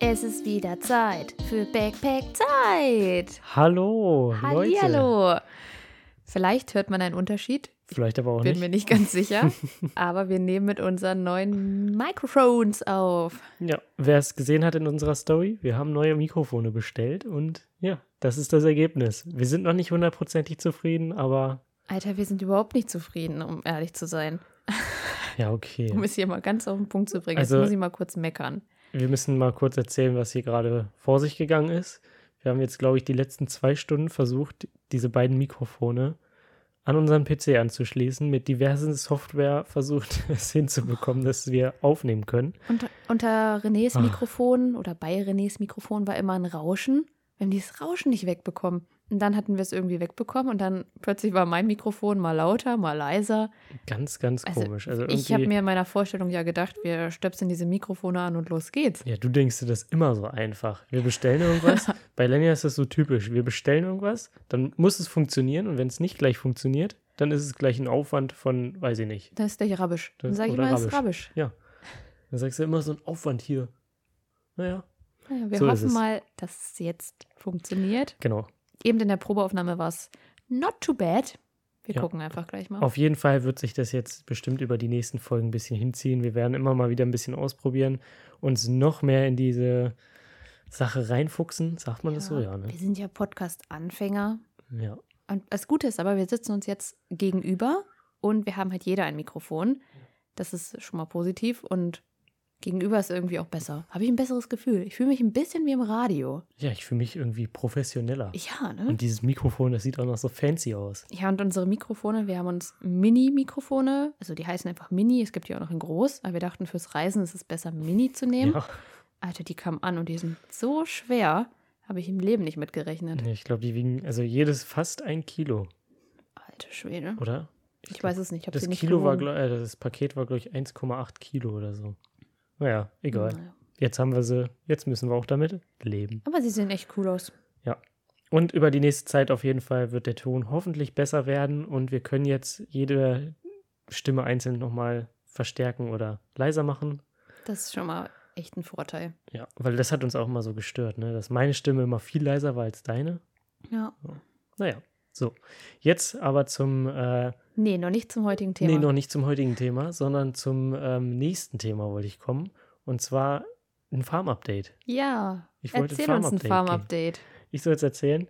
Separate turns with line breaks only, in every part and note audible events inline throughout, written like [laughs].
Es ist wieder Zeit für Backpack-Zeit.
Hallo, Leute.
Hallihallo. Vielleicht hört man einen Unterschied.
Vielleicht aber auch
Bin mir nicht
nicht.
ganz
[laughs]
sicher. aber wir nehmen mit unseren neuen Microphones auf.
Ja, wer es gesehen hat in unserer Story, wir haben neue Mikrofone bestellt und ja, das ist das Ergebnis. Wir sind noch nicht hundertprozentig zufrieden, aber
Alter, wir sind überhaupt nicht zufrieden, um ehrlich zu sein.
ja, okay.
Um es hier mal ganz auf den Punkt zu bringen.
Also-
Jetzt muss ich mal kurz meckern.
Wir müssen mal kurz erzählen, was hier gerade vor sich gegangen ist. Wir haben jetzt, glaube ich, die letzten zwei Stunden versucht, diese beiden Mikrofone an unseren PC anzuschließen, mit diversen Software versucht, [laughs] es hinzubekommen, dass wir aufnehmen können.
Unter, unter Renés
Ah.
Mikrofon oder bei Renés Mikrofon war immer ein Rauschen. Wir haben dieses Rauschen nicht wegbekommen. Und dann hatten wir es irgendwie wegbekommen und dann plötzlich war mein Mikrofon mal lauter, mal leiser.
Ganz, ganz
Also,
komisch. Also
ich
irgendwie-
habe mir in meiner Vorstellung ja gedacht, wir stöpseln diese Mikrofone an und los geht's.
Ja, du denkst dir das immer so einfach. Wir bestellen [laughs] irgendwas. Bei Lenja ist das so typisch. Wir bestellen irgendwas, dann muss es funktionieren und wenn es nicht gleich funktioniert, dann ist es gleich ein Aufwand von, weiß ich nicht.
Das ist gleich rabbisch. Dann
Das-
sage ich
oder
mal, es ist rabbisch.
Ja. Dann sagst du immer so ein Aufwand hier. Naja,
Naja, wir
So ist
hoffen
es.
mal, dass es jetzt funktioniert.
genau.
Eben in der Probeaufnahme war es not too bad. Wir
Ja.
gucken einfach gleich mal.
Auf jeden Fall wird sich das jetzt bestimmt über die nächsten Folgen ein bisschen hinziehen. Wir werden immer mal wieder ein bisschen ausprobieren, uns noch mehr in diese Sache reinfuchsen. Sagt man das so? Ja, ne?
Wir sind ja Podcast-Anfänger.
Ja.
Und das Gute ist aber, wir sitzen uns jetzt gegenüber und wir haben halt jeder ein Mikrofon. Das ist schon mal positiv und gegenüber ist irgendwie auch besser. Habe ich ein besseres Gefühl. Ich fühle mich ein bisschen wie im Radio.
Ja, ich fühle mich irgendwie professioneller.
Ja, ne?
Und dieses Mikrofon, das sieht auch noch so fancy aus.
Ja, und unsere Mikrofone, wir haben uns Mini-Mikrofone, also die heißen einfach Mini, es gibt die auch noch in groß, aber wir dachten, fürs Reisen ist es besser, Mini zu nehmen.
Ja.
Alter, die kamen an und die sind so schwer, habe ich im Leben nicht mitgerechnet.
Nee, Ich glaube, die wiegen, also jedes fast ein Kilo,
Alte Schwede.
oder?
Ich weiß es nicht, ich habe
Das
sie nicht
Kilo war,
gewogen.
glaub, äh, das Paket war, glaube ich, 1,8 Kilo oder so. Naja, egal.
Naja.
Jetzt haben wir sie, jetzt müssen wir auch damit leben.
Aber sie sehen echt cool aus.
Und über die nächste Zeit auf jeden Fall wird der Ton hoffentlich besser werden und wir können jetzt jede Stimme einzeln nochmal verstärken oder leiser machen.
Das ist schon mal echt ein Vorteil.
Ja, weil das hat uns auch immer so gestört, ne? dass meine Stimme immer viel leiser war als deine.
Ja.
Naja, so. Jetzt aber zum äh,
Nee, noch nicht zum heutigen Thema.
Nee, noch nicht zum heutigen Thema, sondern zum ähm, nächsten Thema wollte ich kommen. Und zwar ein Farm-Update.
Ja.
Ich wollte
Erzähl
Farm
uns ein
Update
Farm-Update.
Ich soll jetzt erzählen.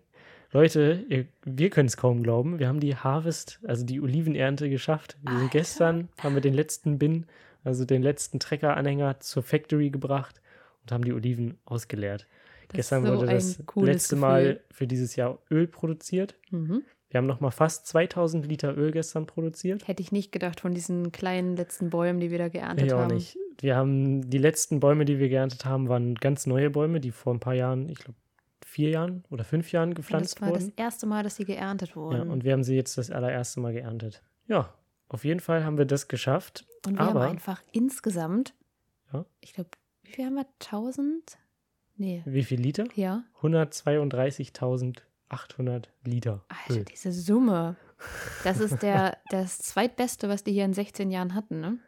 Leute, ihr, wir können es kaum glauben. Wir haben die Harvest, also die Olivenernte geschafft. Wir sind
Alter.
gestern, haben wir den letzten Bin, also den letzten Trecker-Anhänger zur Factory gebracht und haben die Oliven ausgeleert.
Das
gestern
ist so
wurde
ein
das
cooles
letzte Mal für dieses Jahr Öl produziert.
Mhm.
Wir haben nochmal fast 2000 Liter Öl gestern produziert.
Hätte ich nicht gedacht von diesen kleinen letzten Bäumen, die wir da geerntet
Ich auch
haben.
nicht. Wir haben die letzten Bäume, die wir geerntet haben, waren ganz neue Bäume, die vor ein paar Jahren, ich glaube vier Jahren oder fünf Jahren
Ja, Das
gepflanzt
war das
wurden.
erste Mal, dass sie geerntet
Ja,
wurden.
und wir haben sie jetzt das allererste Mal geerntet. Ja, auf jeden Fall haben wir das geschafft.
Und wir
aber-
haben einfach insgesamt,
Ja.
ich glaube, wie viel haben wir? 1000? Nee.
Wie viel Liter?
Ja.
132.800 Liter.
Alter,
Öl.
diese Summe. Das ist
[laughs]
der, das zweitbeste, was die hier in 16 Jahren hatten, ne?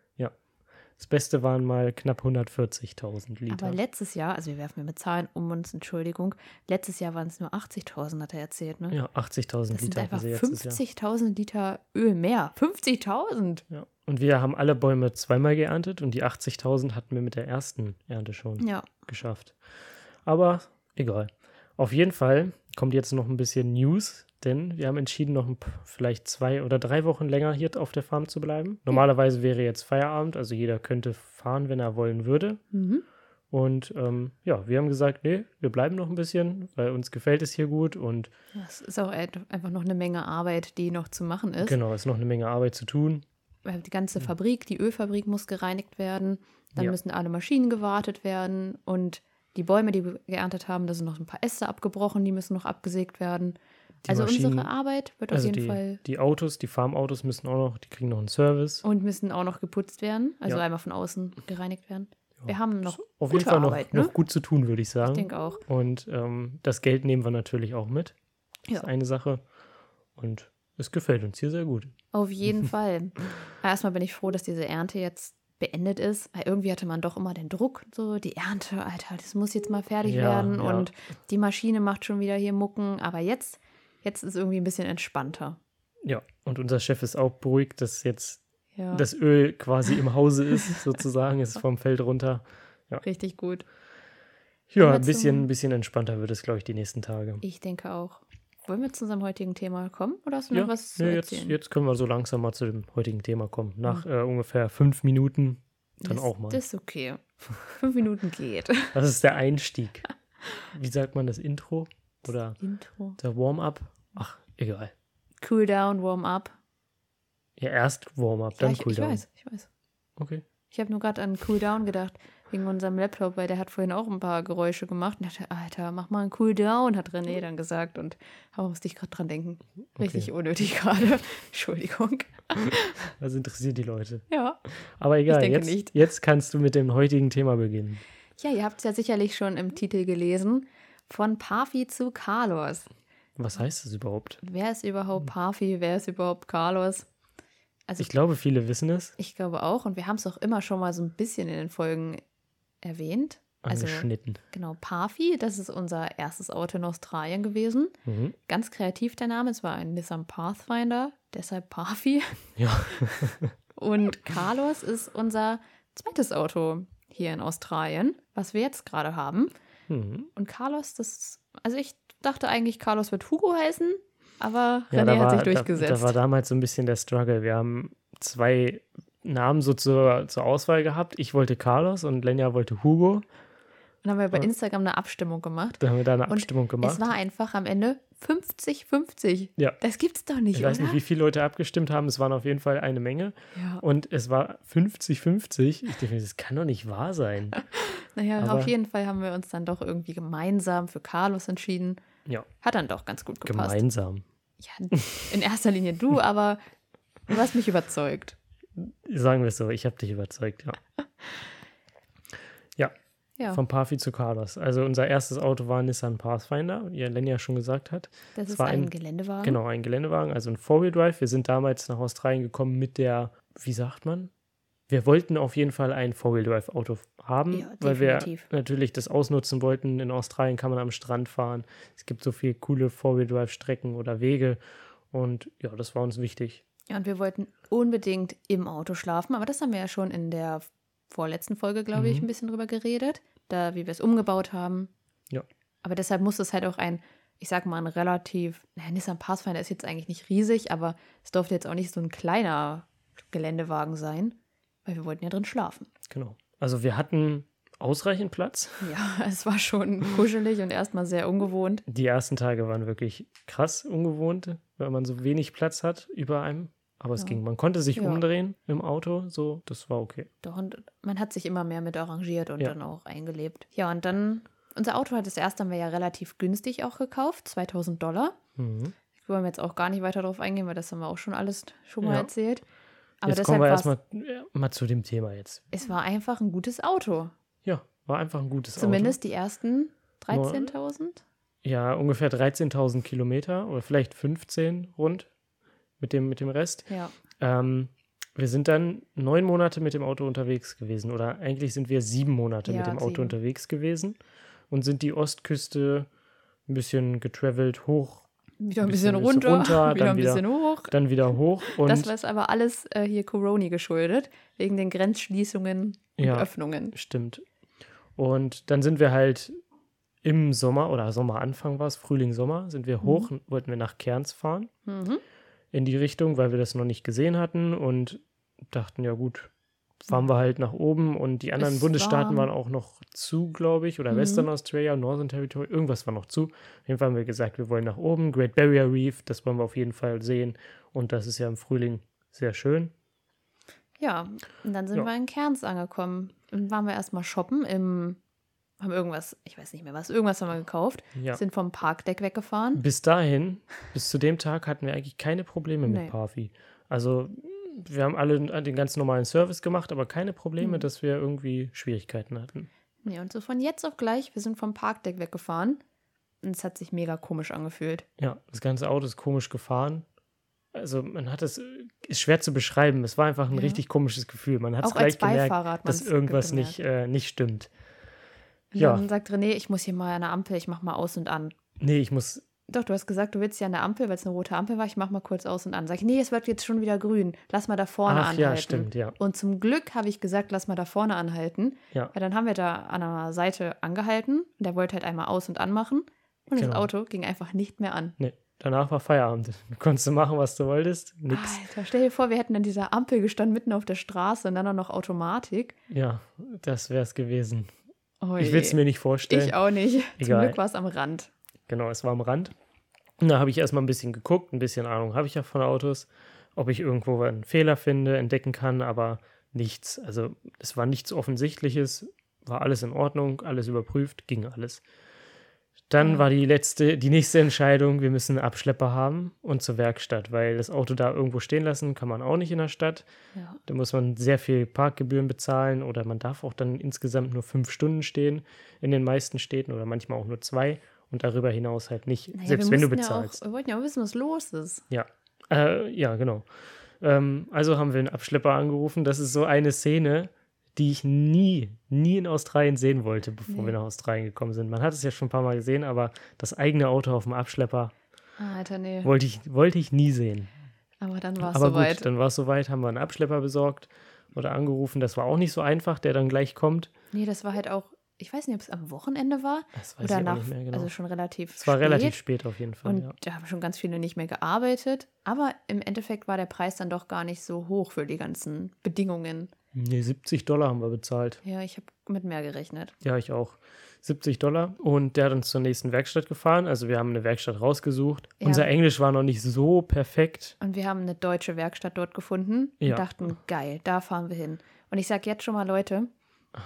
Das Beste waren mal knapp 140.000 Liter.
Aber letztes Jahr, also wir werfen immer Zahlen um uns, Entschuldigung, letztes Jahr waren es nur 80.000, hat er erzählt, ne?
Ja, 80.000
das sind
Liter.
einfach
hatten sie letztes Jahr.
50.000 Liter Öl mehr. 50.000!
Ja. Und wir haben alle Bäume zweimal geerntet und die 80.000 hatten wir mit der ersten Ernte schon.
Ja,
geschafft. Aber egal. Auf jeden Fall kommt jetzt noch ein bisschen News, denn wir haben entschieden, noch ein, p- vielleicht zwei oder drei Wochen länger hier auf der Farm zu bleiben. Normalerweise wäre jetzt Feierabend, also jeder könnte fahren, wenn er wollen würde.
mhm.
Und ähm, ja, wir haben gesagt, nee, wir bleiben noch ein bisschen, weil uns gefällt es hier gut und
das ist auch ein- einfach noch eine Menge Arbeit, die noch zu machen ist.
genau, ist noch eine Menge Arbeit zu tun.
Weil Die ganze Fabrik, die Ölfabrik muss gereinigt werden, dann
Hm. Ja.
müssen alle Maschinen gewartet werden und die Bäume, die wir geerntet haben, da sind noch ein paar Äste abgebrochen, die müssen noch abgesägt werden.
Die
also
Maschinen-
unsere Arbeit wird
Also
auf jeden
die,
Fall
die Autos, die Farmautos müssen auch noch, die kriegen noch einen Service.
Und müssen auch noch geputzt werden, also
Ja.
einmal von außen gereinigt werden.
Ja.
Wir haben noch,
Auf
gute
jeden Fall noch,
Arbeit, ne?
noch gut zu tun, würde ich sagen.
ich denke auch.
Und ähm, das Geld nehmen wir natürlich auch mit. Das
Ja.
ist eine Sache. Und es gefällt uns hier sehr gut. [laughs]
Auf jeden Fall. Erstmal bin ich froh, dass diese Ernte jetzt beendet ist, weil irgendwie hatte man doch immer den Druck, so die Ernte, Alter, das muss jetzt mal fertig
Ja,
werden
ja.
und die Maschine macht schon wieder hier Mucken, aber jetzt, jetzt ist irgendwie ein bisschen entspannter.
Ja, und unser Chef ist auch beruhigt, dass jetzt
Ja,
das Öl quasi im
[laughs]
Hause ist, sozusagen, es ist vom Feld runter.
richtig gut.
Ja,
wir
ein bisschen,
zum-
ein bisschen entspannter wird es, glaube ich, die nächsten Tage.
Ich denke auch. Wollen wir zu unserem heutigen Thema kommen oder hast du
Ja,
noch was zu
nee, jetzt,
erzählen? Mhm.
jetzt können wir so langsam mal zu dem heutigen Thema kommen. Nach äh, ungefähr fünf Minuten dann
das,
auch mal.
Das ist okay. Fünf Minuten
[laughs]
geht.
Das ist
[laughs]
der Einstieg. Wie sagt man das Intro? Oder
Intro.
der Warm-up? Ach, egal.
Cool down, warm up.
Ja, erst Warm-up, dann
ich,
Cooldown.
ich weiß, ich weiß.
Okay.
Ich habe nur gerade an Cooldown gedacht, wegen unserem Laptop, weil der hat vorhin auch ein paar Geräusche gemacht und dachte, Alter, mach mal einen Cooldown, hat René dann gesagt und aber musste ich gerade dran denken. Richtig unnötig [laughs] gerade. Entschuldigung.
Das interessiert die Leute.
Ja.
Aber egal,
denke
jetzt,
nicht.
jetzt kannst du mit dem heutigen Thema beginnen.
Ja, ihr habt es ja sicherlich schon im Titel gelesen. Von Parfi zu Carlos.
Was heißt das überhaupt?
Wer ist überhaupt Parfi? Wer ist überhaupt Carlos? Also
Ich glaube, viele wissen es.
Ich glaube auch. Und wir haben es auch immer schon mal so ein bisschen in den Folgen erwähnt. Also,
Angeschnitten.
genau, Parfi, das ist unser erstes Auto in Australien gewesen.
Mhm.
Ganz kreativ der Name. Es war ein Nissan Pathfinder, deshalb Parfi.
Ja.
[laughs] Und Carlos ist unser zweites Auto hier in Australien, was wir jetzt gerade haben.
Mhm.
Und Carlos, das, also ich dachte eigentlich, Carlos wird Hugo heißen, aber
Ja,
René
da war,
hat sich durchgesetzt.
Da, da war damals so ein bisschen der Struggle. Wir haben zwei Namen so zur, zur Auswahl gehabt. Ich wollte Carlos und Lenja wollte Hugo.
Dann haben wir bei
Ja.
Instagram eine Abstimmung gemacht.
Da haben wir da eine
Und
Abstimmung gemacht.
Es war einfach am Ende 50-50.
Ja.
Das gibt's doch nicht,
ich weiß
oder?
nicht, wie viele Leute abgestimmt haben. Es waren auf jeden Fall eine Menge.
ja.
Und es war 50-50. Ich dachte mir, das kann doch nicht
[laughs]
wahr sein.
Naja,
aber-
auf jeden Fall haben wir uns dann doch irgendwie gemeinsam für Carlos entschieden.
Ja,
Hat dann doch ganz gut gepasst.
gemeinsam.
Ja, in erster Linie [laughs] du, aber du hast mich überzeugt.
Sagen wir es so, ich habe dich überzeugt, ja. Ja,
Ja,
Vom Parfi zu Carlos. Also unser erstes Auto war ein Nissan Pathfinder, wie Lenja schon gesagt hat.
das
es
ist
war
ein
ein-
Geländewagen.
Genau, ein Geländewagen, also ein Four-Wheel Drive. Wir sind damals nach Australien gekommen mit der, wie sagt man? Wir wollten auf jeden Fall ein Four-Wheel Drive Auto haben,
Ja,
weil wir
definitiv.
natürlich das ausnutzen wollten. In Australien kann man am Strand fahren. Es gibt so viele coole Four-Wheel Drive Strecken oder Wege. Und ja, das war uns wichtig.
Ja, und wir wollten unbedingt im Auto schlafen, aber das haben wir ja schon in der vorletzten Folge, glaube ich,
Mhm.
ein bisschen drüber geredet, da wie wir es umgebaut haben.
Ja.
Aber deshalb muss es halt auch ein, ich sag mal, ein relativ, naja, Nissan Pathfinder ist jetzt eigentlich nicht riesig, aber es durfte jetzt auch nicht so ein kleiner Geländewagen sein, weil wir wollten ja drin schlafen.
Genau. Also wir hatten ausreichend Platz.
Ja, [laughs] es war schon kuschelig und erstmal sehr ungewohnt.
Die ersten Tage waren wirklich krass ungewohnt, weil man so wenig Platz hat über einem. Aber es
Ja.
ging. Man konnte sich
Ja.
umdrehen im Auto, so, das war okay.
Doch, und man hat sich immer mehr mit arrangiert und
Ja.
dann auch eingelebt. Ja, und dann, unser Auto hat das erste haben wir ja relativ günstig auch gekauft, 2000 Dollar.
Mhm.
Da wollen wir jetzt auch gar nicht weiter drauf eingehen, weil das haben wir auch schon alles schon mal
Ja.
erzählt. Aber
Jetzt
deshalb
kommen wir
war's-
erstmal äh, mal zu dem Thema jetzt.
es war einfach ein gutes Auto.
Ja, war einfach ein gutes
Zumindest die ersten 13.000.
Auto. Ja, ungefähr 13.000 Kilometer oder vielleicht 15 rund mit dem, mit dem Rest.
Ja.
Ähm, wir sind dann neun Monate mit dem Auto unterwegs gewesen oder eigentlich sind wir sieben Monate
Ja,
mit dem Auto
sieben.
unterwegs gewesen und sind die Ostküste ein bisschen getravelt, hoch,
Wieder ein bisschen,
bisschen ist
runter, [laughs]
runter,
wieder
dann
ein bisschen hoch.
dann wieder hoch und
das war es aber alles äh, hier Coroni geschuldet, wegen den Grenzschließungen und
Ja.
Öffnungen.
stimmt. Und dann sind wir halt im Sommer oder Sommeranfang war es, Frühling, Sommer, sind wir hoch, wollten wir nach Cairns fahren
Mhm.
in die Richtung, weil wir das noch nicht gesehen hatten und dachten, ja gut, fahren wir halt nach oben und die anderen
Es
Bundesstaaten
war-
waren auch noch zu, glaube ich, oder
Mhm.
Western Australia, Northern Territory, irgendwas war noch zu. Auf jeden Fall haben wir gesagt, wir wollen nach oben, Great Barrier Reef, das wollen wir auf jeden Fall sehen und das ist ja im Frühling sehr schön.
Ja, und dann sind
Ja.
wir in Cairns angekommen. Und waren wir erstmal shoppen im, haben irgendwas, ich weiß nicht mehr was, irgendwas haben wir gekauft,
Ja.
sind vom Parkdeck weggefahren.
bis dahin, bis zu dem Tag hatten wir eigentlich keine Probleme
Nee.
mit Parfi. Also wir haben alle den ganz normalen Service gemacht, aber keine Probleme,
Mhm.
dass wir irgendwie Schwierigkeiten hatten.
Ja, und so von jetzt auf gleich, wir sind vom Parkdeck weggefahren. Und es hat sich mega komisch angefühlt.
Ja, das ganze Auto ist komisch gefahren. also man hat es, ist schwer zu beschreiben. Es war einfach ein
Ja.
richtig komisches Gefühl. Man hat es
Auch als
gleich gemerkt,
Beifahrer hat man
dass irgendwas nicht, äh, nicht stimmt. ja.
Ja. Dann sagt René, ich muss hier mal an der Ampel, ich mach mal aus und an.
Nee, ich muss,
Doch, du hast gesagt, du willst ja an der Ampel, weil es eine rote Ampel war, ich mach mal kurz aus und an. Sag ich, nee, es wird jetzt schon wieder grün. Lass mal da vorne
Ach
anhalten.
ja, stimmt, ja.
Und zum Glück habe ich gesagt, lass mal da vorne anhalten.
ja,
Ja, dann haben wir da an einer Seite angehalten. Und der wollte halt einmal aus und an machen. Und das
Genau.
Auto ging einfach nicht mehr an.
nee. Danach war Feierabend. [laughs] Du konntest du machen, was du wolltest. Nix.
Alter, stell dir vor, wir hätten an dieser Ampel gestanden, mitten auf der Straße und dann auch noch Automatik.
Ja, das wär's gewesen.
Oh
Ich
je.
will es mir nicht vorstellen.
Ich auch nicht. Zum
Egal.
Glück war es am Rand.
Genau, es war am Rand. Und Da habe ich erstmal ein bisschen geguckt, ein bisschen Ahnung habe ich ja von Autos, ob ich irgendwo einen Fehler finde, entdecken kann, aber nichts. Also es war nichts Offensichtliches, war alles in Ordnung, alles überprüft, ging alles. Dann
Ja.
war die letzte, die nächste Entscheidung, wir müssen einen Abschlepper haben und zur Werkstatt, weil das Auto da irgendwo stehen lassen kann man auch nicht in der Stadt.
Ja.
Da muss man sehr viel Parkgebühren bezahlen oder man darf auch dann insgesamt nur fünf Stunden stehen in den meisten Städten oder manchmal auch nur zwei und darüber hinaus halt nicht,
Naja,
selbst
wir
wenn du
mussten Ja
bezahlst.
auch, wir wollten ja auch wissen, was los ist.
Ja, äh, ja genau. Ähm, also haben wir einen Abschlepper angerufen. Das ist so eine Szene, die ich nie, nie in Australien sehen wollte, bevor
Nee.
wir nach Australien gekommen sind. Man hat es ja schon ein paar Mal gesehen, aber das eigene Auto auf dem Abschlepper
Alter, nee.
wollte ich, wollte ich nie sehen.
Aber dann war es
Aber
soweit.
gut, dann war es soweit, haben wir einen Abschlepper besorgt oder angerufen. Das war auch nicht so einfach, der dann gleich kommt.
nee, das war halt auch, ich weiß nicht, ob es am Wochenende war
Das weiß
oder
ich auch
nach,
nicht mehr genau.
also schon relativ
es war
spät.
relativ spät auf jeden Fall.
Und
Ja.
da haben schon ganz viele nicht mehr gearbeitet. Aber im Endeffekt war der Preis dann doch gar nicht so hoch für die ganzen Bedingungen.
Nee, 70 Dollar haben wir bezahlt.
Ja, ich habe mit mehr gerechnet.
Ja, ich auch. 70 Dollar. Und der hat uns zur nächsten Werkstatt gefahren. Also wir haben eine Werkstatt rausgesucht.
Ja.
Unser Englisch war noch nicht so perfekt.
Und wir haben eine deutsche Werkstatt dort gefunden
Ja.
und dachten, geil, da fahren wir hin. Und ich sage jetzt schon mal, Leute,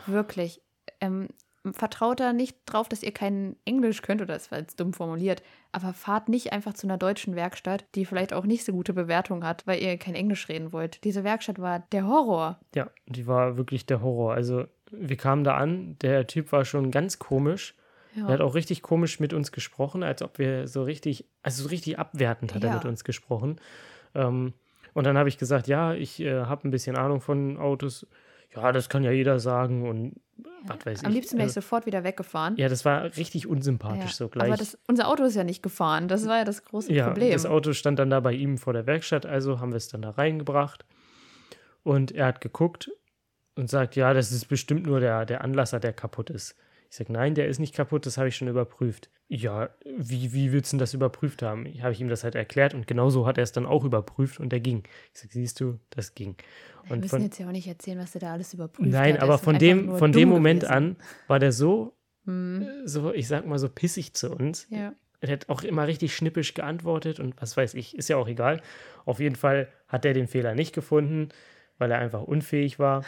wirklich, ähm, vertraut da nicht drauf, dass ihr kein Englisch könnt, oder das war jetzt dumm formuliert, aber fahrt nicht einfach zu einer deutschen Werkstatt, die vielleicht auch nicht so gute Bewertung hat, weil ihr kein Englisch reden wollt. Diese Werkstatt war der Horror.
Ja, die war wirklich der Horror. Also wir kamen da an. Der Typ war schon ganz komisch.
Ja.
Er hat auch richtig komisch mit uns gesprochen, als ob wir so richtig, also so richtig abwertend hat er
Ja.
mit uns gesprochen. Ähm, und dann habe ich gesagt, ja, ich äh, habe ein bisschen Ahnung von Autos. Ja, das kann ja jeder sagen und was weiß ich.
Am liebsten wäre ich
Also,
sofort wieder weggefahren.
ja, das war richtig unsympathisch so gleich.
Aber das, unser Auto ist ja nicht gefahren. Das war ja das große
ja,
Problem.
das Auto stand dann da bei ihm vor der Werkstatt, also haben wir es dann da reingebracht. Und er hat geguckt und sagt, ja, das ist bestimmt nur der, der Anlasser, der kaputt ist. Ich sage, nein, der ist nicht kaputt, das habe ich schon überprüft. Ja, wie, wie willst du denn das überprüft haben? Ich- Habe ich ihm das halt erklärt und genauso hat er es dann auch überprüft und der ging. Ich sage, siehst du, das ging.
wir
Und
müssen
von,
jetzt ja auch nicht erzählen, was er da alles überprüft
nein,
hat. Er
aber
ist
von
einfach
dem,
nur
von dem
dumm
Moment
gewesen.
an war der so,
Hm,
so, ich sag mal so pissig zu uns.
ja.
Er hat auch immer richtig schnippisch geantwortet und was weiß ich, ist ja auch egal. Auf jeden Fall hat er den Fehler nicht gefunden, weil er einfach unfähig war.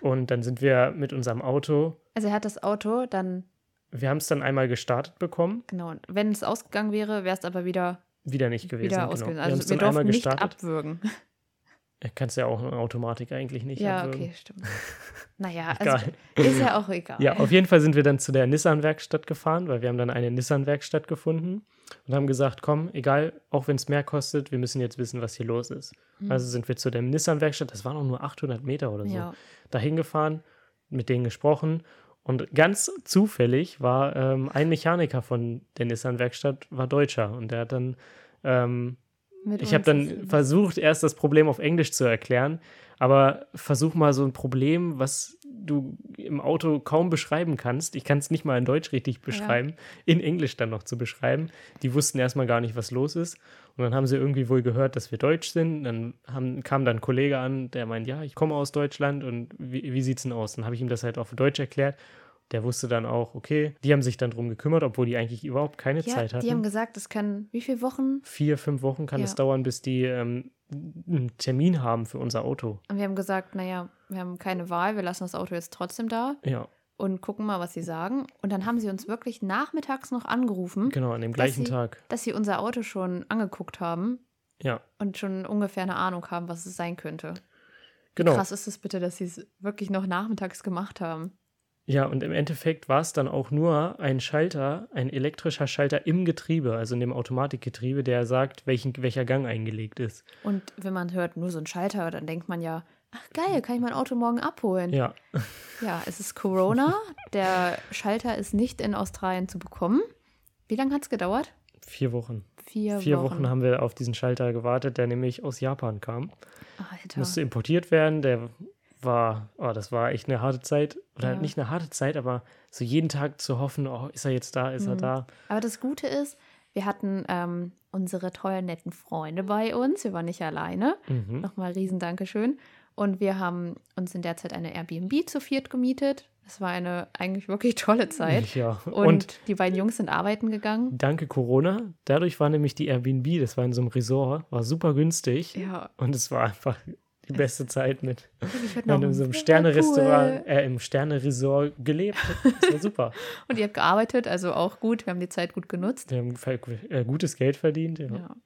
Und dann sind wir mit unserem Auto,
Also er hat das Auto dann,
wir haben es dann einmal gestartet bekommen,
genau, wenn es ausgegangen wäre, wäre es aber wieder,
wieder nicht gewesen.
wieder
genau.
ausgegangen.
wir haben es
Also wir
dann einmal
durften nicht
gestartet.
abwürgen.
Kannst ja auch eine Automatik eigentlich nicht
ja,
abwürgen.
okay, stimmt.
[laughs]
Naja, also
Egal.
ist ja auch egal.
Ja, auf jeden Fall sind wir dann zu der Nissan-Werkstatt gefahren, weil wir haben dann eine Nissan-Werkstatt gefunden und haben gesagt, komm, egal, auch wenn es mehr kostet, wir müssen jetzt wissen, was hier los ist.
Hm.
Also sind wir zu der Nissan-Werkstatt, das waren auch nur 800 Meter oder so,
ja.
dahin gefahren, mit denen gesprochen und ganz zufällig war ähm, ein Mechaniker von der Nissan-Werkstatt, war Deutscher und der hat dann, ähm,
Mit
ich habe
uns
dann
ist-
versucht, erst das Problem auf Englisch zu erklären, aber versuch mal so ein Problem, was du im Auto kaum beschreiben kannst, ich kann es nicht mal in Deutsch richtig beschreiben, in Englisch dann noch zu beschreiben. Die wussten erstmal gar nicht, was los ist. Und dann haben sie irgendwie wohl gehört, dass wir Deutsch sind. Dann haben, kam dann ein Kollege an, der meint, ja, ich komme aus Deutschland und wie, wie sieht's denn aus? Dann habe ich ihm das halt auf Deutsch erklärt. Der wusste dann auch, okay, die haben sich dann drum gekümmert, obwohl die eigentlich überhaupt keine
ja,
Zeit hatten
die haben gesagt, es kann, wie viele Wochen?
vier, fünf Wochen kann
Ja.
es dauern, bis die ähm, einen Termin haben für unser Auto.
Und wir haben gesagt, naja, wir haben keine Wahl, wir lassen das Auto jetzt trotzdem da.
Ja,
und gucken mal, was sie sagen. Und dann haben sie uns wirklich nachmittags noch angerufen,
genau, an dem gleichen
sie-
Tag.
dass sie unser Auto schon angeguckt haben
Ja,
und schon ungefähr eine Ahnung haben, was es sein könnte.
genau.
Krass ist es bitte, dass sie es wirklich noch nachmittags gemacht haben.
Ja, und im Endeffekt war es dann auch nur ein Schalter, ein elektrischer Schalter im Getriebe, also in dem Automatikgetriebe, der sagt, welchen, welcher Gang eingelegt ist.
Und wenn man hört, nur so ein Schalter, dann denkt man ja, ach geil, kann ich mein Auto morgen abholen.
Ja,
Ja, es ist Corona. Der Schalter ist nicht in Australien zu bekommen. Wie lange hat es gedauert?
vier Wochen.
Vier,
Vier
Wochen.
Wochen haben wir auf diesen Schalter gewartet, der nämlich aus Japan kam.
Alter.
Musste importiert werden, der war, oh, das war echt eine harte Zeit. Oder
Ja.
nicht eine harte Zeit, aber so jeden Tag zu hoffen, oh, ist er jetzt da, ist er
Mhm.
da.
Aber das Gute ist, wir hatten ähm, unsere tollen, netten Freunde bei uns. Wir waren nicht alleine.
Mhm.
Nochmal riesen Dankeschön. Und wir haben uns in der Zeit eine Airbnb zu viert gemietet. Es war eine eigentlich wirklich tolle Zeit.
Ja.
Und,
[laughs] und
die beiden Jungs sind arbeiten gegangen.
Danke Corona. Dadurch war nämlich die Airbnb, das war in so einem Resort, war super günstig
Ja,
und es war einfach die beste Zeit mit.
ich
Wir haben in so einem Sterne-Restaurant, äh, im Sterne-Resort gelebt. Das war [laughs] super.
Und ihr habt gearbeitet, also auch gut. Wir haben die Zeit gut genutzt.
Wir haben ver- äh, gutes Geld verdient. Ja.
Ja.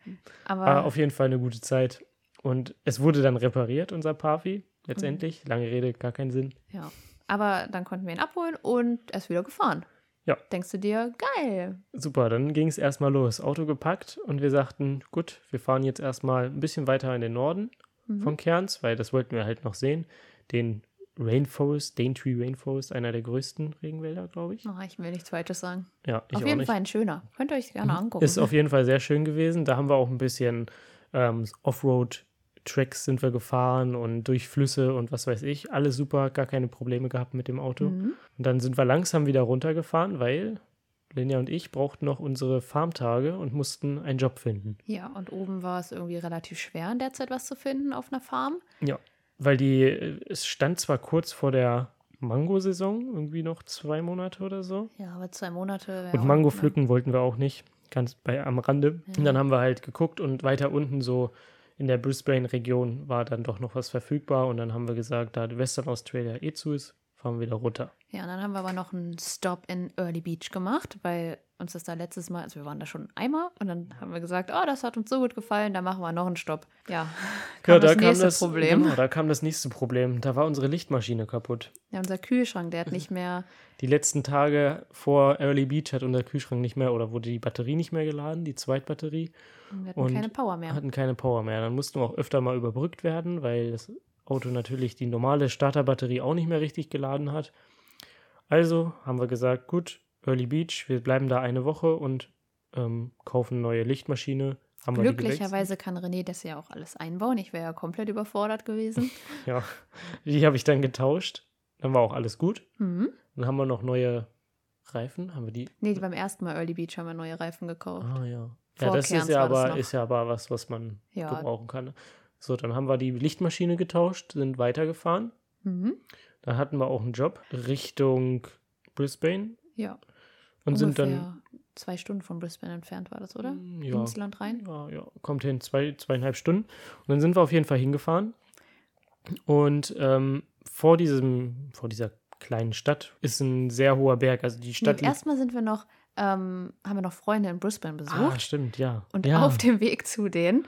Aber
War auf jeden Fall eine gute Zeit. Und es wurde dann repariert, unser Parfi, letztendlich. Lange Rede, gar keinen Sinn.
Ja. Aber dann konnten wir ihn abholen und er ist wieder gefahren.
Ja.
Denkst du dir, geil.
Super, dann ging es erstmal los. Auto gepackt und wir sagten, gut, wir fahren jetzt erstmal ein bisschen weiter in den Norden.
Mhm.
von Cairns, weil das wollten wir halt noch sehen. Den Rainforest, Daintree Rainforest, einer der größten Regenwälder, glaube ich.
Oh, ich will nichts Falsches sagen.
Ja, ich
auf
auch
jeden
nicht. Mhm.
Fall ein schöner. Könnt ihr euch gerne angucken.
Ist auf jeden Fall sehr schön gewesen. Da haben wir auch ein bisschen ähm, Offroad-Tracks sind wir gefahren und durch Flüsse und was weiß ich. Alles super, gar keine Probleme gehabt mit dem Auto.
mhm.
Und dann sind wir langsam wieder runtergefahren, weil Linja und ich brauchten noch unsere Farmtage und mussten einen Job finden.
Ja, und oben war es irgendwie relativ schwer, in der Zeit was zu finden auf einer Farm.
Weil die, äh, es stand zwar kurz vor der Mangosaison, irgendwie noch zwei Monate oder so.
Ja, aber zwei Monate. wär auch- ne?
Und Mango pflücken wollten wir auch nicht, ganz bei am Rande.
genau. Ja.
Und dann haben wir halt geguckt und weiter unten so in der Brisbane-Region war dann doch noch was verfügbar. Und dann haben wir gesagt, da Western Australia eh zu ist, fahren wir wieder runter.
Ja, und dann haben wir aber noch einen Stop in Early Beach gemacht, weil uns das da letztes Mal, also wir waren da schon einmal und dann haben wir gesagt, oh, das hat uns so gut gefallen, da machen wir noch einen Stopp. Ja, kam das nächste Problem.
Genau, da kam das nächste Problem. Da war unsere Lichtmaschine kaputt.
Ja, unser Kühlschrank, der hat
Mhm.
nicht mehr
Die letzten Tage vor Early Beach hat unser Kühlschrank nicht mehr oder wurde die Batterie nicht mehr geladen, die Zweitbatterie.
Wir hatten
Und
keine Power mehr.
hatten keine Power mehr. Dann mussten wir auch öfter mal überbrückt werden, weil das Auto natürlich die normale Starterbatterie auch nicht mehr richtig geladen hat. Also haben wir gesagt, gut, Early Beach, wir bleiben da eine Woche und ähm, kaufen neue Lichtmaschine. Haben wir die
Glücklicherweise kann René das ja auch alles einbauen. Ich wäre ja komplett überfordert
[laughs]
gewesen.
gewechselt? Ja, die habe ich dann getauscht. Dann war auch alles gut.
Mhm.
Dann haben wir noch neue Reifen. Haben wir die?
Nee, beim ersten Mal Early Beach haben wir neue Reifen gekauft.
Ah ja. Ja,
Vor
das
Cairns
ist ja
war das
aber
noch.
ist ja aber was, was man
Ja.
gebrauchen kann. ne? So, dann haben wir die Lichtmaschine getauscht, sind weitergefahren.
Mhm.
Da hatten wir auch einen Job Richtung Brisbane
Ja.
und sind dann
ungefähr zwei Stunden von Brisbane entfernt war das, oder?
Mm, Ja,
Ins Land rein.
ja, ja, kommt hin, zwei, zweieinhalb Stunden. Und dann sind wir auf jeden Fall hingefahren. Und ähm, vor diesem, vor dieser kleinen Stadt ist ein sehr hoher Berg. Also die
Nee,
Stadt. liegt-
erstmal sind wir noch, ähm, haben wir noch Freunde in Brisbane besucht.
ah, stimmt, ja.
Und
ja.
auf dem Weg zu denen,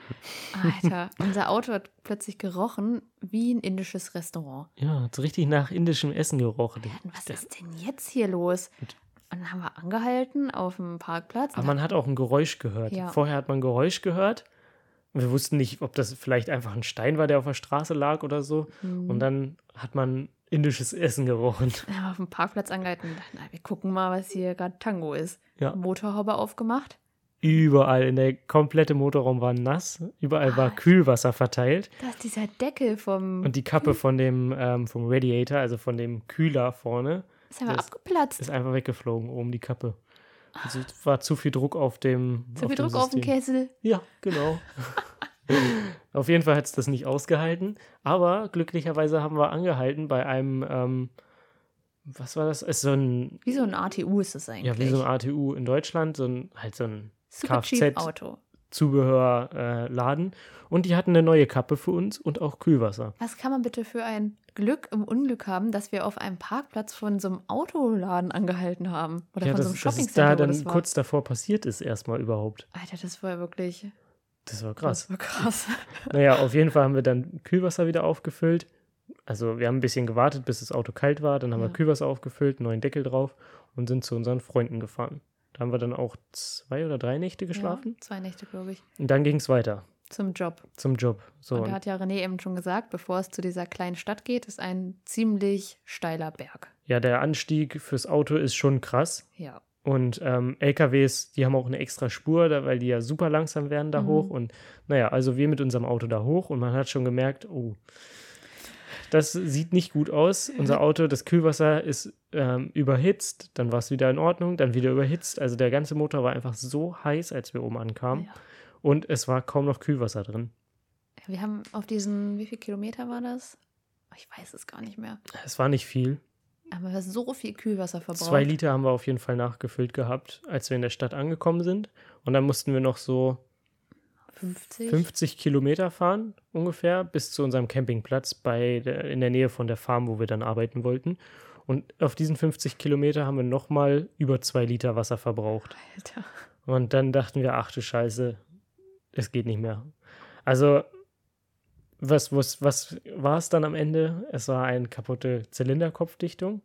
[laughs]
Alter, unser Auto hat plötzlich gerochen wie ein indisches Restaurant.
ja, hat's richtig nach indischem Essen gerochen.
Wir hatten, was ist denn jetzt hier los? Und dann haben wir angehalten auf dem Parkplatz.
Aber man hat auch ein Geräusch gehört.
Ja.
Vorher hat man ein Geräusch gehört. Und wir wussten nicht, ob das vielleicht einfach ein Stein war, der auf der Straße lag oder so.
Mhm.
Und dann hat man indisches Essen gerochen.
Dann haben wir auf dem Parkplatz angehalten und dachten, na, wir gucken mal, was hier gerade Tango ist.
Ja.
Motorhaube aufgemacht.
Überall, in der komplette Motorraum war nass. Überall war
Alter.
Kühlwasser verteilt.
Da ist dieser Deckel vom.
Und die Kappe von dem ähm, vom Radiator, also von dem Kühler vorne,
ist einfach
das-
abgeplatzt.
ist einfach weggeflogen, oben die Kappe. Also es war zu viel Druck auf dem.
Zu viel
dem
Druck auf den
System.
Kessel.
Ja, genau. [laughs] auf jeden Fall hat es das nicht ausgehalten. Aber glücklicherweise haben wir angehalten bei einem, ähm, was war das? Ist so ein,
Wie so ein ATU ist das eigentlich.
ja, wie so ein ATU in Deutschland, so ein, halt so ein
Super cheap
Kfz.
Auto.
Zubehörladen. Äh, Laden. und die hatten eine neue Kappe für uns und auch Kühlwasser.
Was kann man bitte für ein Glück im Unglück haben, dass wir auf einem Parkplatz von so einem Autoladen angehalten haben? Oder
ja,
von
das,
so einem
das ist da
Shoppingcenter, wo
dann
das war.
kurz davor passiert ist erstmal überhaupt.
Alter, das war wirklich
Das war krass.
Das war krass.
naja, auf jeden Fall haben wir dann Kühlwasser wieder aufgefüllt also wir haben ein bisschen gewartet, bis das Auto kalt war, dann haben
Ja.
wir Kühlwasser aufgefüllt, neuen Deckel drauf und sind zu unseren Freunden gefahren. Da haben wir dann auch zwei oder drei Nächte [laughs] geschlafen
Ja, zwei Nächte, glaube ich.
und dann ging es weiter
Zum Job.
zum Job. So,
Und
und
da hat ja René eben schon gesagt, bevor es zu dieser kleinen Stadt geht, ist ein ziemlich steiler Berg.
ja, der Anstieg fürs Auto ist schon krass.
Ja.
Und ähm, LKWs, die haben auch eine extra Spur, da, weil die ja super langsam werden da
Mhm.
hoch. Und naja, also wir mit unserem Auto da hoch und man hat schon gemerkt, oh, das sieht nicht gut aus.
Mhm.
Unser Auto, das Kühlwasser ist ähm, überhitzt, dann war es wieder in Ordnung, dann wieder überhitzt. Also der ganze Motor war einfach so heiß, als wir oben ankamen.
Ah, ja.
Und es war kaum noch Kühlwasser drin.
Wir haben auf diesen, wie viel Kilometer war das? Ich weiß es gar nicht mehr.
Es war nicht viel.
Aber wir haben so viel Kühlwasser verbraucht.
Zwei Liter haben wir auf jeden Fall nachgefüllt gehabt, als wir in der Stadt angekommen sind. Und dann mussten wir noch so
50.
50 Kilometer fahren ungefähr bis zu unserem Campingplatz bei der, in der Nähe von der Farm, wo wir dann arbeiten wollten. Und auf diesen 50 Kilometer haben wir nochmal über zwei Liter Wasser verbraucht.
Alter.
Und dann dachten wir, ach du Scheiße, es geht nicht mehr. Also, was, was, was war es dann am Ende? Es war eine kaputte Zylinderkopfdichtung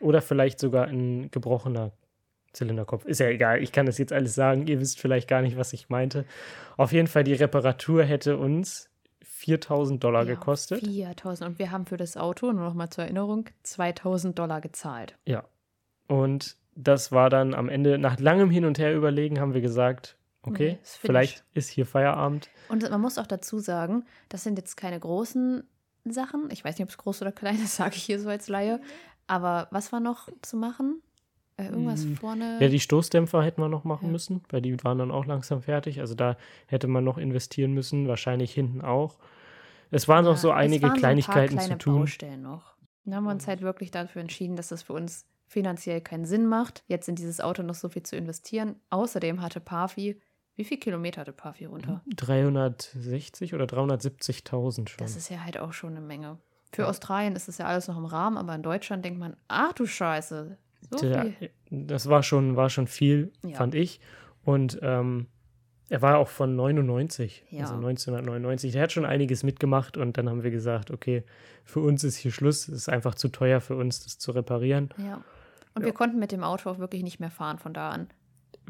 oder vielleicht sogar ein gebrochener Zylinderkopf. Ist ja egal, ich kann das jetzt alles sagen. Ihr wisst vielleicht gar nicht, was ich meinte. Auf jeden Fall, die Reparatur hätte uns 4000 Dollar
Ja,
gekostet.
4000. Und wir haben für das Auto, nur noch mal zur Erinnerung, 2000 Dollar gezahlt.
Ja. Und das war dann am Ende, nach langem Hin und Her überlegen, haben wir gesagt, okay,
Nee, ist finished.
vielleicht ist hier Feierabend.
Und man muss auch dazu sagen, das sind jetzt keine großen Sachen. Ich weiß nicht, ob es groß oder klein ist, [laughs] sage ich hier so als Laie. Aber was war noch zu machen? Äh, irgendwas
Mm.
vorne?
Ja, die Stoßdämpfer hätten wir noch machen
Ja.
müssen, weil die waren dann auch langsam fertig. Also da hätte man noch investieren müssen, wahrscheinlich hinten auch. Es waren noch so
Ja, es
einige
waren so ein paar
Kleinigkeiten
kleine
zu tun. Hm.
Baustellen noch. Dann haben wir uns halt wirklich dafür entschieden, dass das für uns finanziell keinen Sinn macht, jetzt in dieses Auto noch so viel zu investieren. Außerdem hatte Parfi, wie viel Kilometer hatte Parfi runter?
360 oder 370.000 schon.
Das ist ja halt auch schon eine Menge. Für
Ja.
Australien ist das ja alles noch im Rahmen, aber in Deutschland denkt man, ach du Scheiße, so
Der-
viel.
das war schon, war schon viel,
Ja.
fand ich. Und ähm, er war auch von 99,
Ja.
also 1999. Der hat schon einiges mitgemacht und dann haben wir gesagt, okay, für uns ist hier Schluss. Es ist einfach zu teuer für uns, das zu reparieren.
Ja. Und
Ja.
wir konnten mit dem Auto auch wirklich nicht mehr fahren von da an.